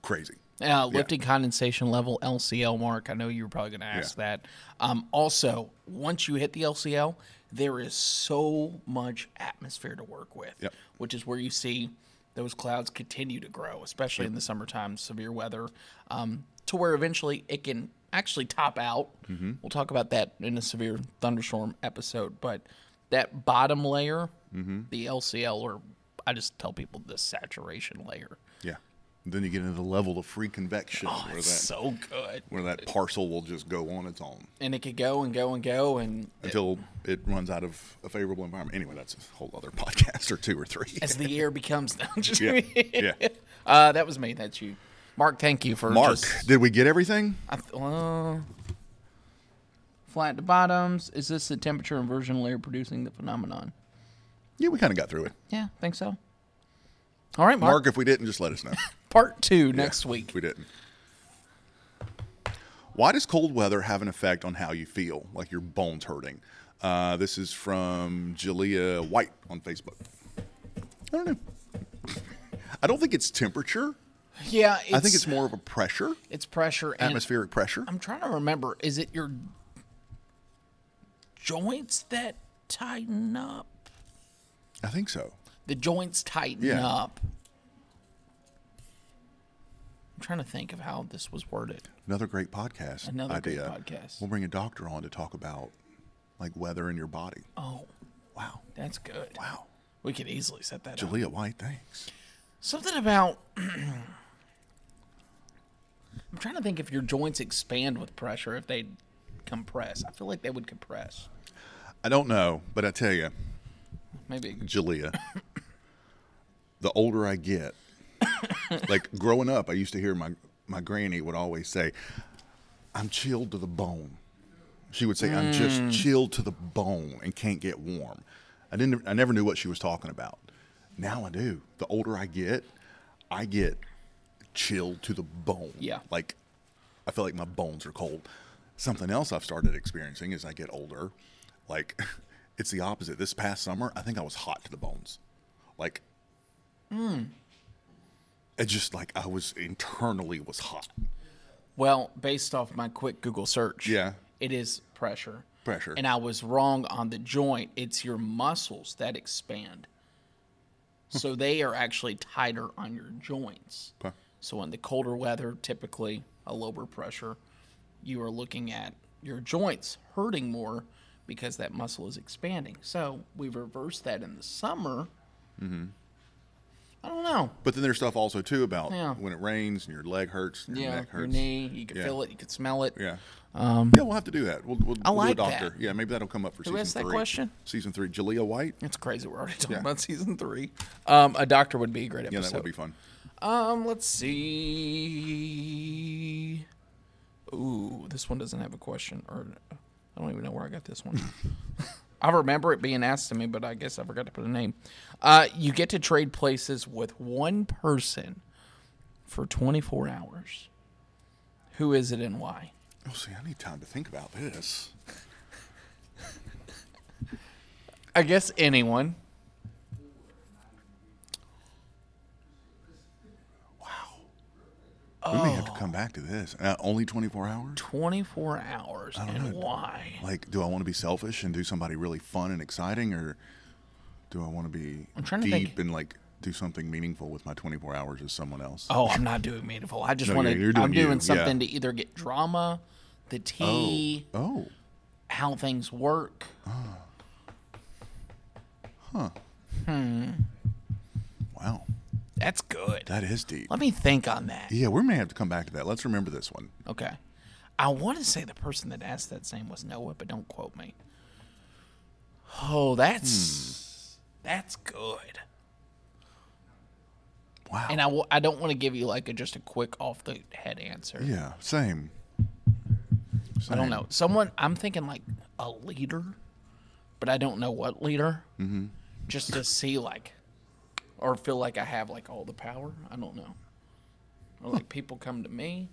S1: crazy.
S2: Uh, lifting condensation level LCL mark. I know you were probably going to ask that. Um, also, once you hit the LCL, there is so much atmosphere to work with,
S1: Yep.
S2: which is where you see those clouds continue to grow, especially in the summertime, severe weather, um, to where eventually it can actually top out.
S1: Mm-hmm.
S2: We'll talk about that in a severe thunderstorm episode, but that bottom layer,
S1: Mm-hmm.
S2: the LCL, or I just tell people the saturation layer.
S1: Yeah. Then you get into the level of free convection where that
S2: Oh, It's so good.
S1: where that parcel will just go on its own
S2: and it could go and go and go and
S1: until it runs out of a favorable environment. Anyway, that's a whole other podcast or two or three.
S2: as the year becomes just
S1: Yeah, yeah.
S2: uh that was me that's you mark thank you for
S1: Mark,
S2: just-
S1: did we get everything?
S2: I th- well, flat to bottoms is this the temperature inversion layer producing the phenomenon
S1: Yeah, we kind of got through it.
S2: yeah think so all right mark,
S1: Mark, if we didn't, just let us know.
S2: part two next week
S1: If we didn't. Why does cold weather have an effect on how you feel, like your bones hurting? Uh, this is from Jalea White on Facebook. I don't know. I don't think it's temperature.
S2: yeah it's,
S1: I think it's more of a pressure,
S2: it's pressure and
S1: atmospheric pressure.
S2: i'm trying to remember is it your joints that tighten up
S1: I think so.
S2: the joints tighten
S1: Yeah.
S2: up. I'm trying to think of how this was worded.
S1: Another great podcast.
S2: Another great
S1: idea.
S2: podcast.
S1: We'll bring a doctor on to talk about like weather in your body.
S2: Oh,
S1: Wow.
S2: that's good.
S1: Wow.
S2: We could easily set that up.
S1: Jalea White, thanks.
S2: Something about. I'm trying to think if your joints expand with pressure, if they compress. I feel like they would compress.
S1: I don't know, but I tell you,
S2: Maybe.
S1: Jalea, the older I get, like growing up, I used to hear my, my granny would always say, I'm chilled to the bone. She would say, I'm just chilled to the bone and can't get warm. I didn't I never knew what she was talking about. Now I do. The older I get, I get chilled to the bone.
S2: Yeah.
S1: Like I feel like my bones are cold. Something else I've started experiencing as I get older, like it's the opposite. This past summer, I think I was hot to the bones. Like it just like I was internally was hot.
S2: Well, based off my quick Google search,
S1: Yeah.
S2: it is pressure.
S1: Pressure.
S2: And I was wrong on the joint. It's your muscles that expand, so they are actually tighter on your joints.
S1: Okay.
S2: So in the colder weather, typically a lower pressure, you are looking at your joints hurting more because that muscle is expanding. So we reverse that in the summer. Mm-hmm. I don't know.
S1: But then there's stuff also too about
S2: Yeah.
S1: when it rains and your leg hurts, and your
S2: Yeah,
S1: neck
S2: your
S1: hurts.
S2: knee, Um, you can
S1: Yeah.
S2: feel it, you can smell it.
S1: Yeah. yeah, we'll have to do that. We'll, we'll,
S2: I
S1: we'll do a
S2: like that.
S1: doctor. Yeah, maybe that'll come up for season
S2: asked that
S1: three.
S2: question?
S1: Season three, Jalea White.
S2: It's crazy. We're already talking
S1: Yeah.
S2: about season three. Um, a doctor would be a great
S1: Yeah,
S2: episode.
S1: that would be fun.
S2: Um, let's see. Ooh, this one doesn't have a question, or I don't even know where I got this one. I remember it being asked to me, but I guess I forgot to put a name. Uh, you get to trade places with one person for 24 hours. Who is it and why?
S1: Oh, see, I need time to think about this.
S2: I guess anyone.
S1: We may have
S2: Oh.
S1: to come back to this. Uh, only 24 hours?
S2: 24 hours and why?
S1: Like, do I want to be selfish and do somebody really fun and exciting, or do I want to be
S2: I'm trying to
S1: deep
S2: think.
S1: and like do something meaningful with my 24 hours as someone else?
S2: Oh, I'm not doing meaningful. I just
S1: No,
S2: want to.
S1: you're- you're doing
S2: I'm doing
S1: you,
S2: something
S1: yeah.
S2: to either get drama, the tea,
S1: oh.
S2: how things work.
S1: wow.
S2: That's good.
S1: That is deep.
S2: Let me think on that.
S1: Yeah, we may have to come back to that. Let's remember this one.
S2: Okay. I want to say the person that asked that name was Noah, but don't quote me. Oh, that's
S1: Hmm.
S2: that's good.
S1: Wow.
S2: And I w- I don't want to give you like a just a quick off the head answer.
S1: yeah, same.
S2: I don't know. Someone I'm thinking like a leader but I don't know what leader. Mm-hmm. Just to see like, or feel like I have like all the power. I don't know. Or like people come to me.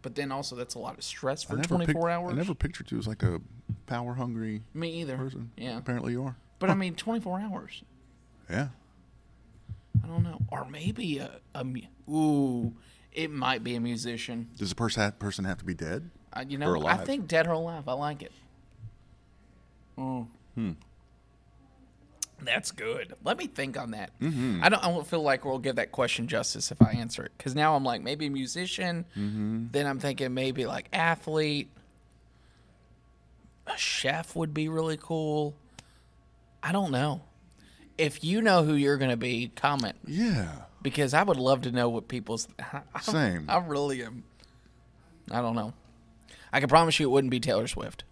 S2: But then also that's a lot of stress for
S1: I never
S2: twenty four
S1: pic-
S2: hours.
S1: I never pictured you as like a power hungry
S2: me either.
S1: person.
S2: Yeah.
S1: Apparently you are.
S2: But I mean, 24 hours.
S1: Yeah.
S2: I don't know. Or maybe a, a mu- ooh, it might be a musician.
S1: Does the person that person have to be dead?
S2: Uh, you
S1: Or
S2: know, I
S1: alive.
S2: think dead or alive. I like it. Hmm. That's good. Let me think on that. I don't. I don't feel like we'll give that question justice if I answer it because now I'm like maybe musician. Then I'm thinking maybe like athlete. A chef would be really cool. I don't know. If you know who you're going to be, comment
S1: Yeah.
S2: because I would love to know what people's I, I-
S1: Same.
S2: I really am. I don't know. I can promise you it wouldn't be Taylor Swift.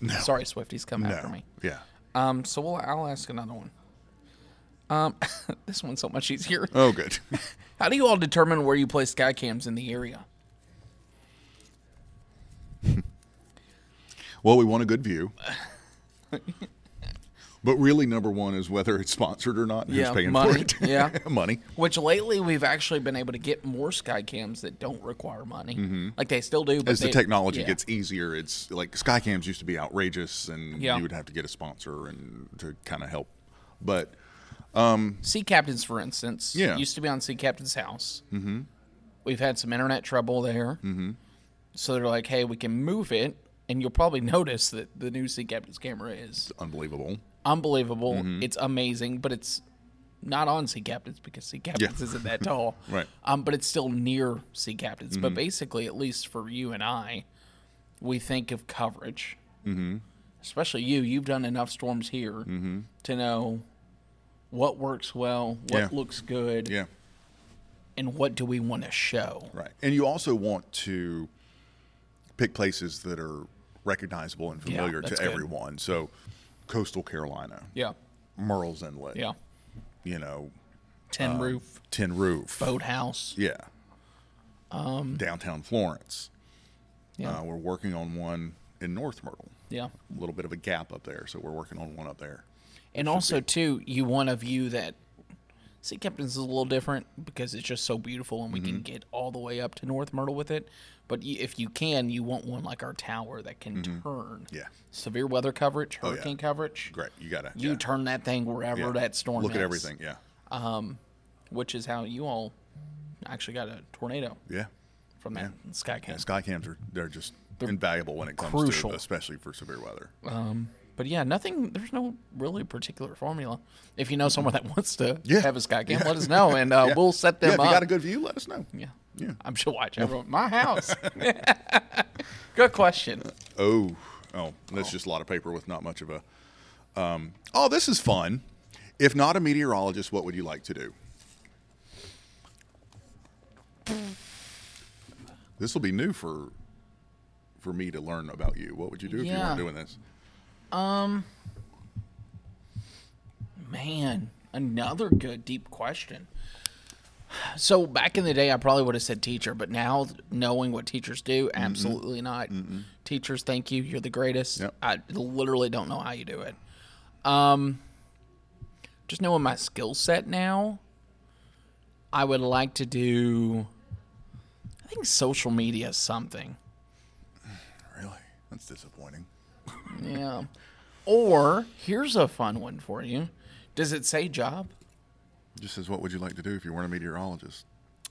S1: No.
S2: Sorry, Swifties, come after
S1: No.
S2: me.
S1: Yeah.
S2: Um, so we'll, I'll ask another one. Um, this one's so much easier.
S1: Oh, good.
S2: How do you all determine where you place skycams in the area?
S1: well, we want a good view. But really, number one is whether it's sponsored or not. and
S2: Yeah,
S1: who's paying for
S2: money.
S1: it?
S2: Yeah.
S1: money.
S2: Which lately we've actually been able to get more skycams that don't require money. Like they still do, but
S1: Mm-hmm. As
S2: they-
S1: the technology
S2: yeah.
S1: gets easier, it's like Skycams used to be outrageous, and
S2: Yeah.
S1: you would have to get a sponsor and to kind of help. But
S2: Sea Captains, for instance,
S1: Yeah.
S2: used to be on Sea Captain's house. Mm-hmm. We've had some internet trouble there. Mm-hmm. So they're like, hey, we can move it. And you'll probably notice that the new Sea Captain's camera is
S1: unbelievable.
S2: unbelievable.
S1: Mm-hmm.
S2: It's amazing, but it's not on Sea Captain's because Sea Captain's isn't that tall.
S1: Right. Mm-hmm.
S2: Um, but it's still near Sea Captain's. But basically, at least for you and I, we think of coverage. Mm-hmm. Especially you. You've done enough storms here
S1: Mm-hmm.
S2: to know what works well, what
S1: Yeah.
S2: looks good,
S1: Yeah.
S2: and what do we want to show.
S1: Right. And you also want to pick places that are recognizable and
S2: Yeah,
S1: familiar to
S2: that's good.
S1: everyone. So, coastal Carolina,
S2: Yeah.
S1: Merle's Inlet,
S2: Yeah.
S1: you know,
S2: Tin
S1: Uh,
S2: roof,
S1: Tin Roof.
S2: boathouse.
S1: Yeah. Downtown Florence.
S2: Um, Yeah.
S1: Uh, we're working on one in North Myrtle.
S2: Yeah.
S1: A little bit of a gap up there. So, we're working on one up there.
S2: And also, too, you want a view that Sea Captain's is a little different because it's just so beautiful and we
S1: Mm-hmm.
S2: can get all the way up to North Myrtle with it. But y if you can, you want one like our tower that can turn.
S1: Mm-hmm. Yeah. Oh,
S2: Severe weather coverage,
S1: yeah.
S2: hurricane coverage.
S1: Great. You got to
S2: You turn that thing wherever that storm
S1: Look at
S2: hits,
S1: everything. Yeah.
S2: Which is how you all actually got a tornado
S1: Yeah.
S2: from that sky cam.
S1: Yeah, sky cams are they're just invaluable when it comes
S2: crucial.
S1: to especially for severe weather.
S2: But yeah, nothing. There's no really particular formula. If you know someone that wants to
S1: Yeah.
S2: have a sky cam, let us know, and uh, we'll set them
S1: yeah, if
S2: up.
S1: you got a good view, let us know.
S2: yeah,
S1: Yeah.
S2: I'm sure watch everyone. My house. good question.
S1: Oh, oh, that's just a lot of paper with not much of a. Um, oh, this is fun. If not a meteorologist, what would you like to do? This will be new for for me to learn about you. What would you do if you
S2: Yeah.
S1: weren't doing this?
S2: Man, another good deep question. So back in the day, I probably would have said teacher, but now knowing what teachers do,
S1: Mm-hmm.
S2: absolutely not. Teachers, thank you. You're the greatest.
S1: Yep.
S2: I literally don't know how you do it. Um, just knowing my skill set now, I would like to do. I think social media is something.
S1: Really? That's disappointing.
S2: Yeah. Or here's a fun one for you. Does it say job?
S1: Just says, what would you like to do if you weren't a meteorologist?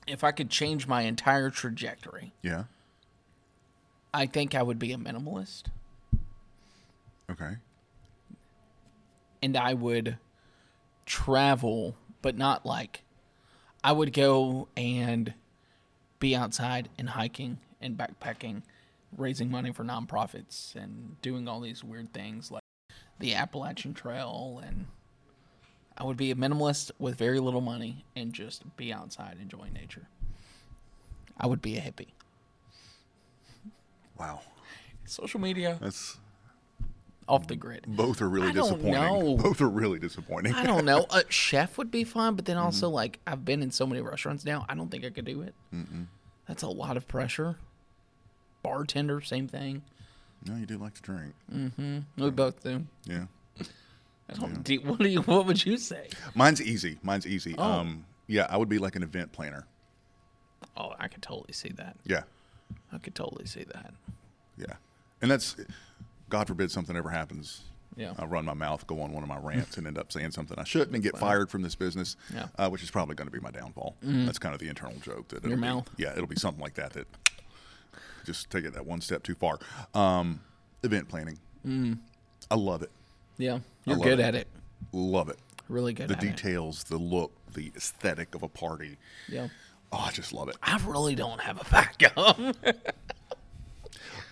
S2: If I could change my entire trajectory,
S1: Yeah.
S2: I think I would be a minimalist
S1: Okay.
S2: and I would travel, but not like I would go and be outside and hiking and backpacking, raising money for nonprofits and doing all these weird things like the Appalachian Trail and I would be a minimalist with very little money and just be outside enjoying nature. I would be a hippie.
S1: Wow.
S2: Social media
S1: That's
S2: off the grid.
S1: both are really
S2: I don't
S1: disappointing.
S2: know.
S1: Both are really disappointing.
S2: I don't know. A chef would be fun, but then also
S1: Mm-hmm.
S2: like I've been in so many restaurants now. I don't think I could do it. That's a lot of pressure. Bartender, same thing.
S1: No, you do like to drink.
S2: We both do.
S1: Yeah.
S2: I don't do- what do you? What would you say?
S1: Mine's easy. Mine's easy. Um, yeah, I would be like an event planner.
S2: Oh, I could totally see that.
S1: Yeah.
S2: I could totally see that.
S1: Yeah. And that's, God forbid something ever happens.
S2: Yeah.
S1: I run my mouth, go on one of my rants, and end up saying something I shouldn't, and get fired from this business,
S2: Yeah. Mm-hmm.
S1: uh, which is probably going to be my downfall. That's kind of the internal joke that it'll
S2: Your
S1: be-
S2: mouth.
S1: yeah, it'll be something like that. That just take it that one step too far. Um, event planning,
S2: Mm.
S1: I love it,
S2: Yeah, you're
S1: love
S2: good
S1: it.
S2: at it.
S1: love it.
S2: Really good
S1: The
S2: at it.
S1: details, the look, the aesthetic of a party.
S2: Yeah.
S1: Oh, I just love it.
S2: I really don't have a backup.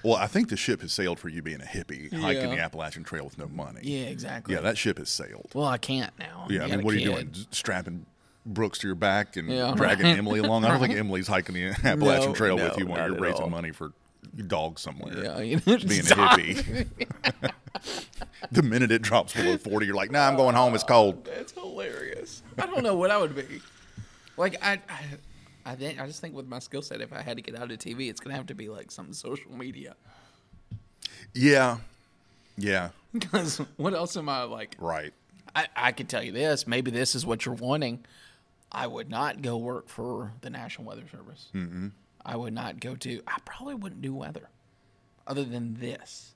S1: Well, I think the ship has sailed for you being a hippie hiking
S2: Yeah.
S1: the Appalachian Trail with no money.
S2: yeah, exactly.
S1: yeah, that ship has sailed.
S2: well, I can't now.
S1: Yeah, I
S2: got
S1: mean,
S2: a
S1: what are you
S2: kid.
S1: doing? S- Strapping Brooks to your back and
S2: Yeah.
S1: dragging Emily along? I don't think Emily's hiking the Appalachian
S2: No,
S1: Trail
S2: no,
S1: with you while
S2: not
S1: you're
S2: at
S1: raising
S2: all.
S1: money for your dog somewhere.
S2: Yeah, you know,
S1: Being
S2: stop.
S1: a hippie. the minute it drops below 40, you're like, nah, I'm going home. It's cold.
S2: That's hilarious. I don't know what I would be. Like I, I, I think I just think with my skill set, if I had to get out of TV, it's gonna have to be like some social media.
S1: Yeah. Yeah.
S2: Because what else am I like?
S1: Right.
S2: I, I can tell you this. Maybe this is what you're wanting. I would not go work for the National Weather Service. Mm-hmm. I would not go to. I probably wouldn't do weather, other than this.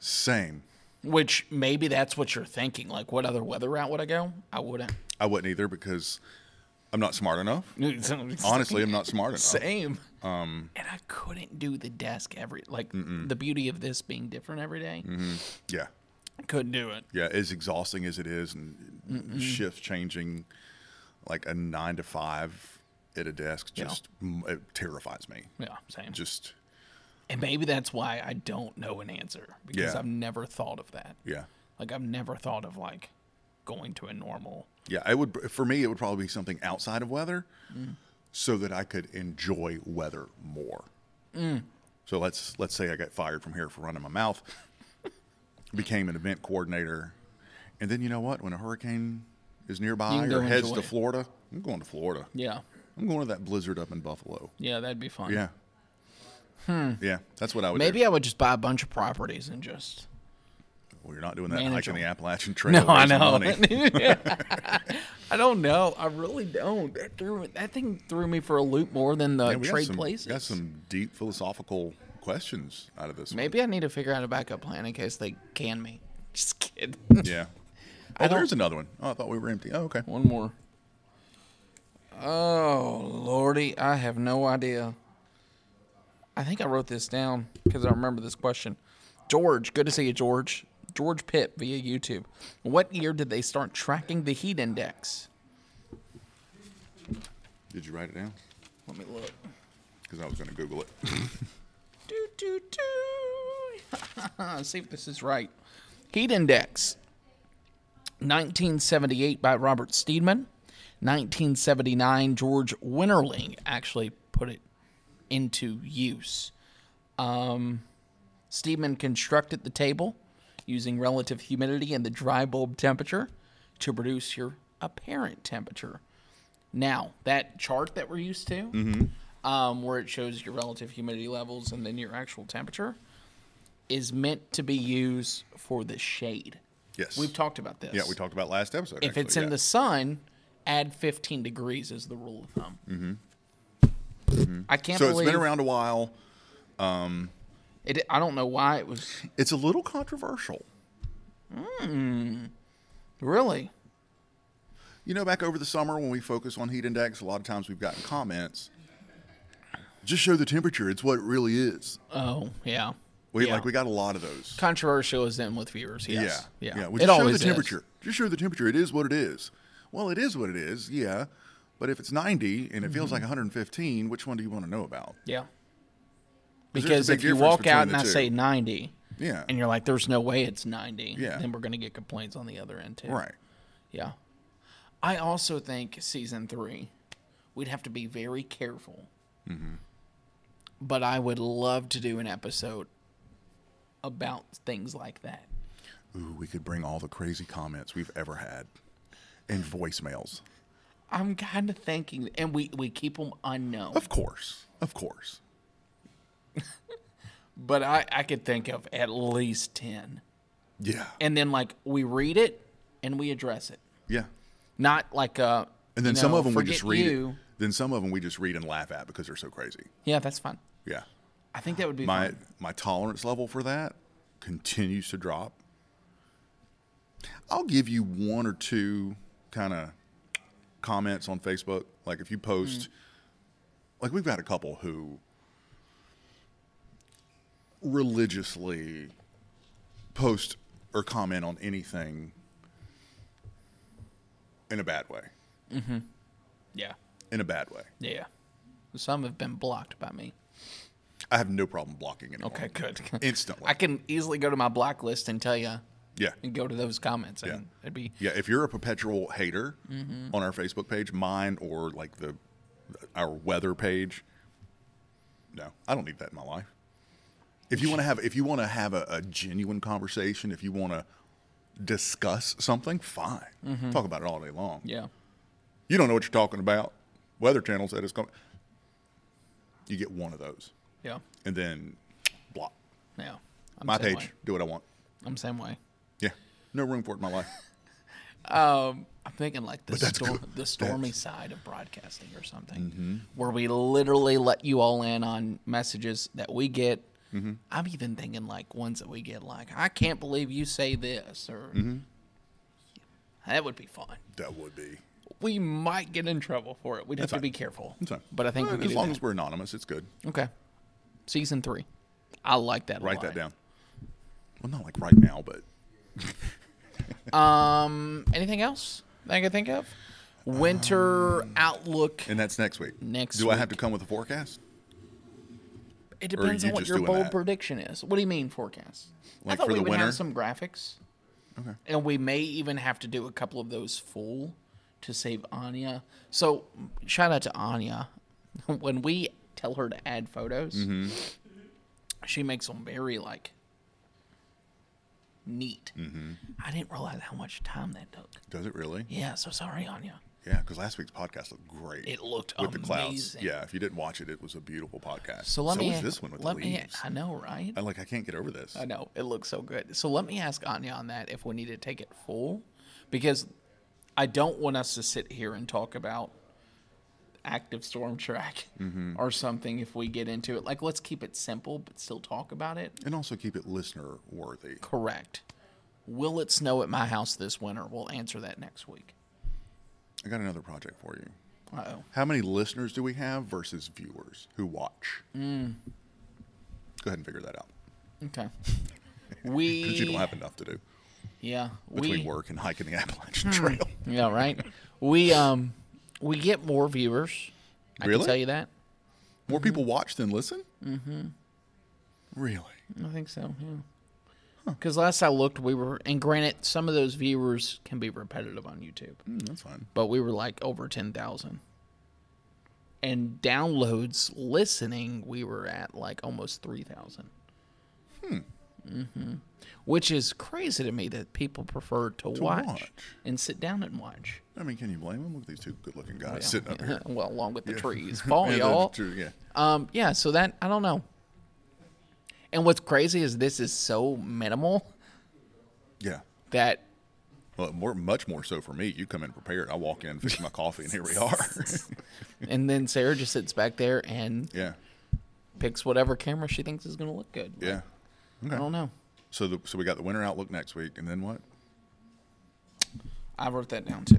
S1: Same.
S2: Which maybe that's what you're thinking. Like, what other weather route would I go? I wouldn't.
S1: I wouldn't either because I'm not smart enough. Honestly, I'm not smart enough.
S2: Same. Um, and I couldn't do the desk every like the beauty of this being different every day.
S1: Mm-hmm. Yeah.
S2: I couldn't do it.
S1: Yeah. As exhausting as it is and shifts changing, like a nine to five at a desk
S2: Yeah.
S1: just m it terrifies me.
S2: Yeah, same.
S1: Just
S2: and maybe that's why I don't know an answer because
S1: Yeah.
S2: I've never thought of that.
S1: yeah,
S2: Like I've never thought of like going to a normal.
S1: yeah. It would for me. It would probably be something outside of weather,
S2: Mm.
S1: so that I could enjoy weather more.
S2: Mm.
S1: So let's let's say I got fired from here for running my mouth, became an event coordinator, and then you know what? When a hurricane is nearby
S2: can
S1: or
S2: go
S1: heads
S2: enjoy
S1: to
S2: it.
S1: Florida, I'm going to Florida.
S2: Yeah,
S1: I'm going to that blizzard up in Buffalo.
S2: yeah, that'd be fun.
S1: Yeah. Yeah, that's what I would do.
S2: Hmm. Maybe I would just buy a bunch of properties and just.
S1: Well, you're not doing that
S2: Manage
S1: hiking the
S2: them.
S1: Appalachian Trail. raising money.
S2: I don't know. I really don't. That threw that thing threw me for a loop more than the
S1: Yeah, we got
S2: trade
S1: some-
S2: places.
S1: Got some deep philosophical questions out of this. one.
S2: Maybe I need to figure out a backup plan in case they can me. Just kidding.
S1: Yeah.
S2: I
S1: Oh,
S2: don't-
S1: there's another one. Oh, I thought we were empty. Oh, okay.
S2: One more. Oh lordy, I have no idea. I think I wrote this down because I remember this question. George, good to see you, George. George Pitt via YouTube. What year did they start tracking the heat index?
S1: Did you write it down?
S2: Let me look.
S1: Because I was going to Google it.
S2: Do do do. See if this is right. Heat Index. 1978 by Robert Steedman. 1979 George Winterling actually put it into use. Um, Steedman constructed the table using relative humidity and the dry bulb temperature to produce your apparent temperature. Now that chart that we're used to um, where it shows your relative humidity levels and then your actual temperature, is meant to be used for the shade.
S1: Yes.
S2: We've talked about this.
S1: Yeah, we talked about last episode.
S2: If it's in the sun, add 15 degrees is the rule of thumb. Mm-hmm. I can't
S1: Mm-hmm. so
S2: believe
S1: it's been around a while.
S2: it. I don't know why it was
S1: It's a little controversial.
S2: really.
S1: You know, back over the summer when we focus on heat index, a lot of times we've gotten comments. Just show the temperature. It's what it really is.
S2: Oh yeah.
S1: We
S2: yeah.
S1: like we got a lot of those.
S2: controversial is in with viewers. Yes.
S1: Yeah.
S2: Yeah.
S1: Yeah. Well,
S2: it
S1: just show
S2: always
S1: the
S2: is.
S1: temperature. Just show the temperature. It is what it is. Well, it is what it is. Yeah. But if it's 90 and it
S2: Mm-hmm.
S1: feels like 115, which one do you want to know about?
S2: Yeah.
S1: there's a
S2: Because
S1: big
S2: if you
S1: difference
S2: walk out and
S1: between
S2: I
S1: the two.
S2: say 90,
S1: Yeah.
S2: and you're like, there's no way it's 90,
S1: Yeah.
S2: then we're going to get complaints on the other end, too.
S1: Right.
S2: Yeah. I also think season three, we'd have to be very careful.
S1: Mm-hmm.
S2: But I would love to do an episode about things like that.
S1: Ooh, we could bring all the crazy comments we've ever had and voicemails.
S2: I'm kind of thinking, and we, we keep them unknown.
S1: Of course. Of course.
S2: but I, I could think of at least 10.
S1: Yeah.
S2: And then, like, we read it and we address it.
S1: Yeah.
S2: Not like, uh,
S1: And then
S2: you
S1: some
S2: know,
S1: of them we just
S2: forget
S1: read. it-
S2: you.
S1: Then some of them we just read and laugh at because they're so crazy.
S2: Yeah, that's fun.
S1: Yeah.
S2: I think that would be
S1: My
S2: fun.
S1: my tolerance level for that continues to drop. I'll give you one or two kind of comments on Facebook. Like if you post,
S2: Hmm.
S1: like we've got a couple who religiously post or comment on anything in a bad way.
S2: Yeah.
S1: In a bad way.
S2: Yeah. Some have been blocked by me.
S1: I have no problem blocking anyone.
S2: Okay, good.
S1: Instantly.
S2: I can easily go to my block list and tell you
S1: yeah.
S2: and go to those comments.
S1: Yeah.
S2: And it'd be,
S1: Yeah, if you're a perpetual hater
S2: Mm-hmm.
S1: on our Facebook page, mine or like the our weather page, no, I don't need that in my life. If you want to have if you want to have a, a genuine conversation, if you want to discuss something, fine, talk about it all day long.
S2: Mm-hmm. yeah.
S1: You don't know what you're talking about. Weather channels that is coming. You get one of those,
S2: Yeah.
S1: and then block
S2: Yeah. I'm
S1: my
S2: the same
S1: page.
S2: way.
S1: Do what I want.
S2: I'm the same way.
S1: Yeah, no room for it in my life.
S2: Um, I'm thinking like the,
S1: that's Mm-hmm.
S2: stor-
S1: good.
S2: the stormy side of broadcasting or something, where we literally let you all in on messages that we get.
S1: Mm-hmm.
S2: I'm even thinking like ones that we get, like I can't believe you say this, or
S1: Mm-hmm.
S2: that would be fun.
S1: that would be.
S2: We might get in trouble for it. We'd have to
S1: fine.
S2: be careful,
S1: It's fine.
S2: but I think
S1: Well,
S2: we can
S1: as
S2: do
S1: long
S2: that.
S1: as we're anonymous, it's good.
S2: okay, season three. I like that. a
S1: Write
S2: lot.
S1: that down. Well, not like right now, but
S2: Um, anything else that I can think of? Winter outlook.
S1: and that's next week.
S2: Next
S1: Do I have to come with a forecast?
S2: It
S1: Or are
S2: depends
S1: you
S2: on what
S1: just
S2: your
S1: doing
S2: bold
S1: that?
S2: prediction is. What do you mean forecast? I
S1: Like
S2: thought
S1: for
S2: we
S1: the
S2: would
S1: winter?
S2: have some graphics.
S1: Okay.
S2: And we may even have to do a couple of those full to save Anya. So shout out to Anya. When we tell her to add photos,
S1: Mm-hmm.
S2: she makes them very like neat.
S1: Mm-hmm.
S2: I didn't realize how much time that took.
S1: Does it really?
S2: Yeah, so sorry, Anya.
S1: Yeah, because last week's podcast looked great.
S2: It looked
S1: with the clouds.
S2: amazing.
S1: Yeah, if you didn't watch it, it was a beautiful podcast.
S2: So let me
S1: was this one with
S2: let
S1: the
S2: me.
S1: leaves.
S2: I know, right?
S1: I, like I can't get over this.
S2: I know it looks so good. So let me ask Anya on that if we need to take it full, because I don't want us to sit here and talk about active storm track
S1: Mm-hmm.
S2: or something if we get into it. Like let's keep it simple but still talk about it.
S1: and also keep it listener worthy.
S2: Correct. Will it snow at my house this winter? We'll answer that next week.
S1: I got another project for you.
S2: Uh oh.
S1: How many listeners do we have versus viewers who watch?
S2: Mm.
S1: Go ahead and figure that out
S2: Okay. We
S1: because you don't have enough to do
S2: yeah
S1: between
S2: we Hmm.
S1: work and hiking the Appalachian Trail.
S2: yeah right we um we get more viewers. I
S1: Really?
S2: can tell you that.
S1: More people watch than listen.
S2: Mm-hmm.
S1: Mm-hmm. Really?
S2: I think so. Yeah. Because last I looked, we were, and granted, some of those viewers can be repetitive on YouTube,
S1: Mm, that's fine.
S2: but we were like over ten thousand. And downloads, listening, we were at like almost three thousand. Hmm. Mm-hmm.
S1: Hmm.
S2: Which is crazy to me that people prefer to, watch,
S1: watch.
S2: and sit down and watch.
S1: I mean, can you blame them? Look at these two good-looking guys sitting up here.
S2: well, along with the trees, fall
S1: And the
S2: y'all.
S1: two- yeah.
S2: Um, yeah, so that I don't know. And what's crazy is this is so minimal
S1: Yeah.
S2: that
S1: Well, more, much more so for me. You come in prepared. I walk in, fix my coffee, and here we are.
S2: and then Sarah just sits back there and
S1: yeah.
S2: picks whatever camera she thinks is going to look good.
S1: Yeah.
S2: I don't know.
S1: So, the, so we got the winter outlook next week, and then what?
S2: I wrote that down too.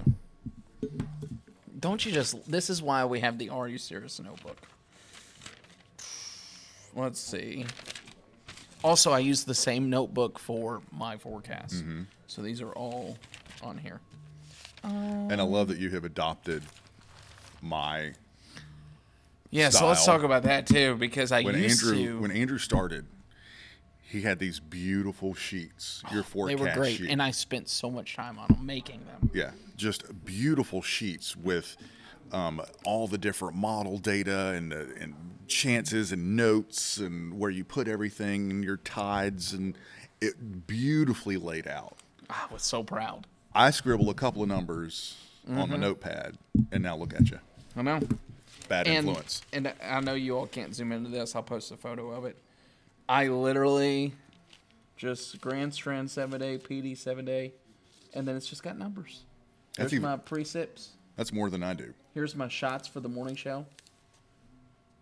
S2: Don't you just this is why we have the Are You Serious notebook. Let's see. Also, I use the same notebook for my forecast.
S1: Mm-hmm.
S2: So these are all on here.
S1: and
S2: Um,
S1: I love that you have adopted my
S2: Yeah, so let's
S1: Style.
S2: talk about that too because I
S1: when
S2: used
S1: Andrew
S2: to
S1: when Andrew started. He had these beautiful sheets. Your
S2: they
S1: forecast
S2: were great
S1: sheet.
S2: and I spent so much time on them, making them.
S1: Yeah, just beautiful sheets with um, all the different model data and the, and chances and notes and where you put everything and your tides and it beautifully laid out.
S2: I was so proud.
S1: I scribble a couple of numbers on
S2: Mm-hmm.
S1: my notepad and now look at you.
S2: I know.
S1: Bad
S2: and,
S1: influence.
S2: And I know you all can't zoom into this. I'll post a photo of it. I literally just Grand Strand seven day, PD seven day, and then it's just got numbers.
S1: That's
S2: Here's
S1: even-
S2: my precips.
S1: That's more than I do.
S2: Here's my shots for the morning show.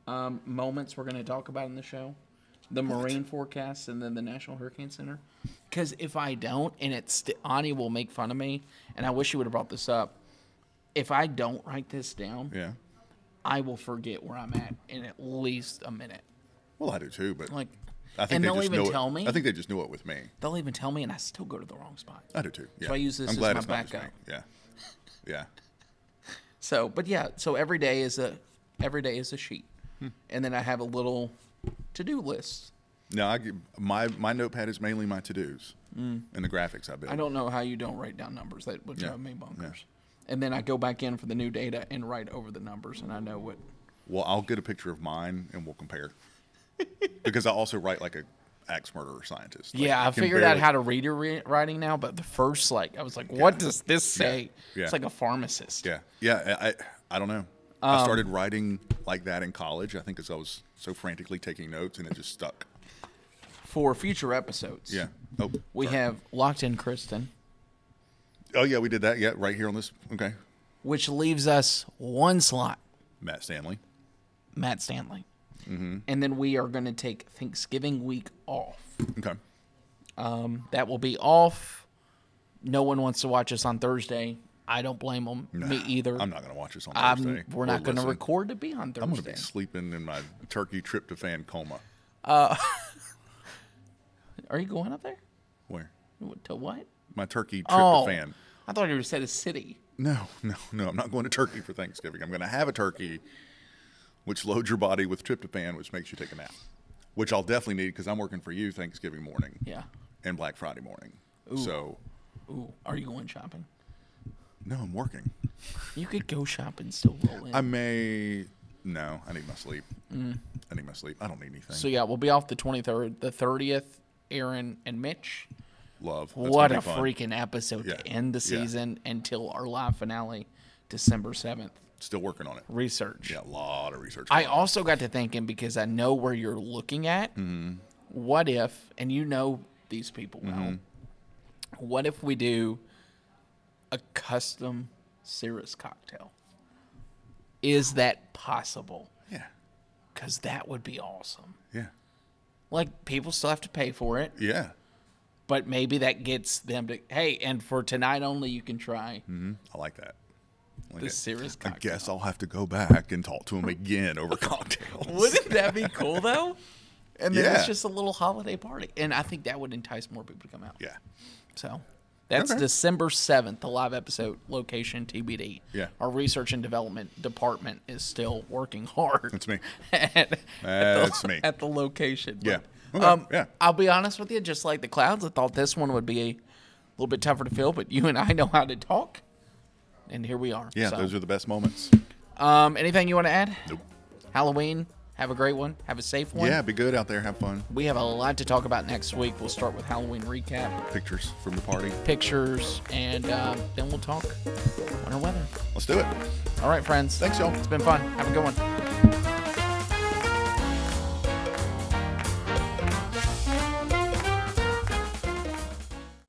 S2: Um, moments we're going to talk about in the show, the marine forecast, and then the National Hurricane Center. Because if I don't, and it's st- Ani will make fun of me, and I wish you would have brought this up. If I don't write this down,
S1: Yeah.
S2: I will forget where I'm at in at least a minute.
S1: Well, I do too, but
S2: Like,
S1: I think
S2: and
S1: they
S2: they'll
S1: just
S2: even
S1: know
S2: tell
S1: it.
S2: me.
S1: I think they just knew it with me.
S2: They'll even tell me, and I still go to the wrong spot.
S1: I do too. Yeah.
S2: I use this
S1: I'm
S2: as
S1: glad
S2: my
S1: it's not just
S2: backup.
S1: me. Yeah. Yeah.
S2: So, but yeah, so every day is a every day is a sheet, and then I have a little to do list.
S1: No, I g- my my notepad is mainly my to dos and the graphics I build.
S2: Mm. I don't know how you don't write down numbers. That would
S1: Yeah.
S2: drive me bonkers. And then I go back in for the new data and write over the numbers, and I know what.
S1: Well, I'll get a picture of mine and we'll compare because I also write like a axe murderer scientist. Like,
S2: yeah, I
S1: can
S2: figured out
S1: barely-
S2: how to read your re- writing now, but the first like I was like, what does this say?
S1: Yeah.
S2: It's like a pharmacist.
S1: Yeah, yeah. I I, I don't know.
S2: Um,
S1: I started writing like that in college. I think because I was so frantically taking notes and it just stuck.
S2: For future episodes,
S1: Yeah. Oh.
S2: we have locked in Kristen,
S1: Oh yeah, we did that. Yeah, right here on this. Okay.
S2: which leaves us one slot,
S1: Matt Stanley.
S2: Matt Stanley,
S1: Mm-hmm.
S2: and then we are going to take Thanksgiving week off.
S1: Okay.
S2: that will be off. No one wants to watch us on Thursday. I don't blame them. Me either.
S1: I'm not gonna watch this on
S2: I'm-
S1: Thursday.
S2: we're
S1: or
S2: not going to
S1: listen.
S2: record to be on
S1: I'm gonna
S2: Thursday.
S1: be sleeping in my turkey tryptophan coma.
S2: Are you going up there?
S1: Where?
S2: To what?
S1: My turkey
S2: Oh,
S1: tryptophan.
S2: I thought you said a city.
S1: No, no, no. I'm not going to Turkey for Thanksgiving. I'm going to have a turkey, which loads your body with tryptophan, which makes you take a nap, which I'll definitely need because I'm working for you Thanksgiving morning
S2: Yeah.
S1: and Black Friday morning. So,
S2: Ooh, are you going shopping?
S1: no, I'm working.
S2: You could go shopping still roll in.
S1: I may. No, I need my sleep. I need my sleep. I don't need anything.
S2: Mm. so yeah, we'll be off the 23rd, the 30th. Aaron and Mitch.
S1: Love. That's
S2: what
S1: gonna
S2: a
S1: be fun.
S2: freaking episode to
S1: Yeah.
S2: end the
S1: Yeah.
S2: season until our live finale, December 7th.
S1: Still working on it.
S2: Research.
S1: Yeah, a lot of research.
S2: I also got to thinking because I know where you're looking at.
S1: Mm-hmm.
S2: What if, and you know these people well,
S1: Mm-hmm.
S2: what if we do a custom Cirrus cocktail? Is that possible?
S1: yeah,
S2: Because that would be awesome.
S1: yeah,
S2: Like, people still have to pay for it,
S1: yeah.
S2: but maybe that gets them to, hey, and for tonight only, you can try
S1: I like that. I like
S2: the
S1: it.
S2: Cirrus
S1: I
S2: cocktail.
S1: guess I'll have to go back and talk to him again over cocktails.
S2: Wouldn't that be cool, though? And then
S1: Yeah.
S2: it's just a little holiday party. And I think that would entice more people to come out.
S1: Yeah.
S2: So that's
S1: Okay.
S2: December 7th, the live episode location TBD.
S1: Yeah.
S2: Our research and development department is still working hard.
S1: That's me.
S2: At, at the-
S1: That's me.
S2: At the location.
S1: Yeah.
S2: But,
S1: Okay.
S2: Um,
S1: Yeah.
S2: I'll be honest with you, just like the clouds, I thought this one would be a little bit tougher to fill, but you and I know how to talk. And here we are.
S1: Yeah,
S2: So,
S1: those are the best moments.
S2: um, anything you want to add?
S1: Nope.
S2: Halloween, have a great one. Have a safe one.
S1: Yeah, be good out there. Have fun.
S2: We have a lot to talk about next week. We'll start with Halloween recap.
S1: Pictures from the party.
S2: pictures, and uh, then we'll talk winter weather.
S1: Let's do it.
S2: All right, friends.
S1: Thanks, y'all.
S2: It's been fun. Have a good one.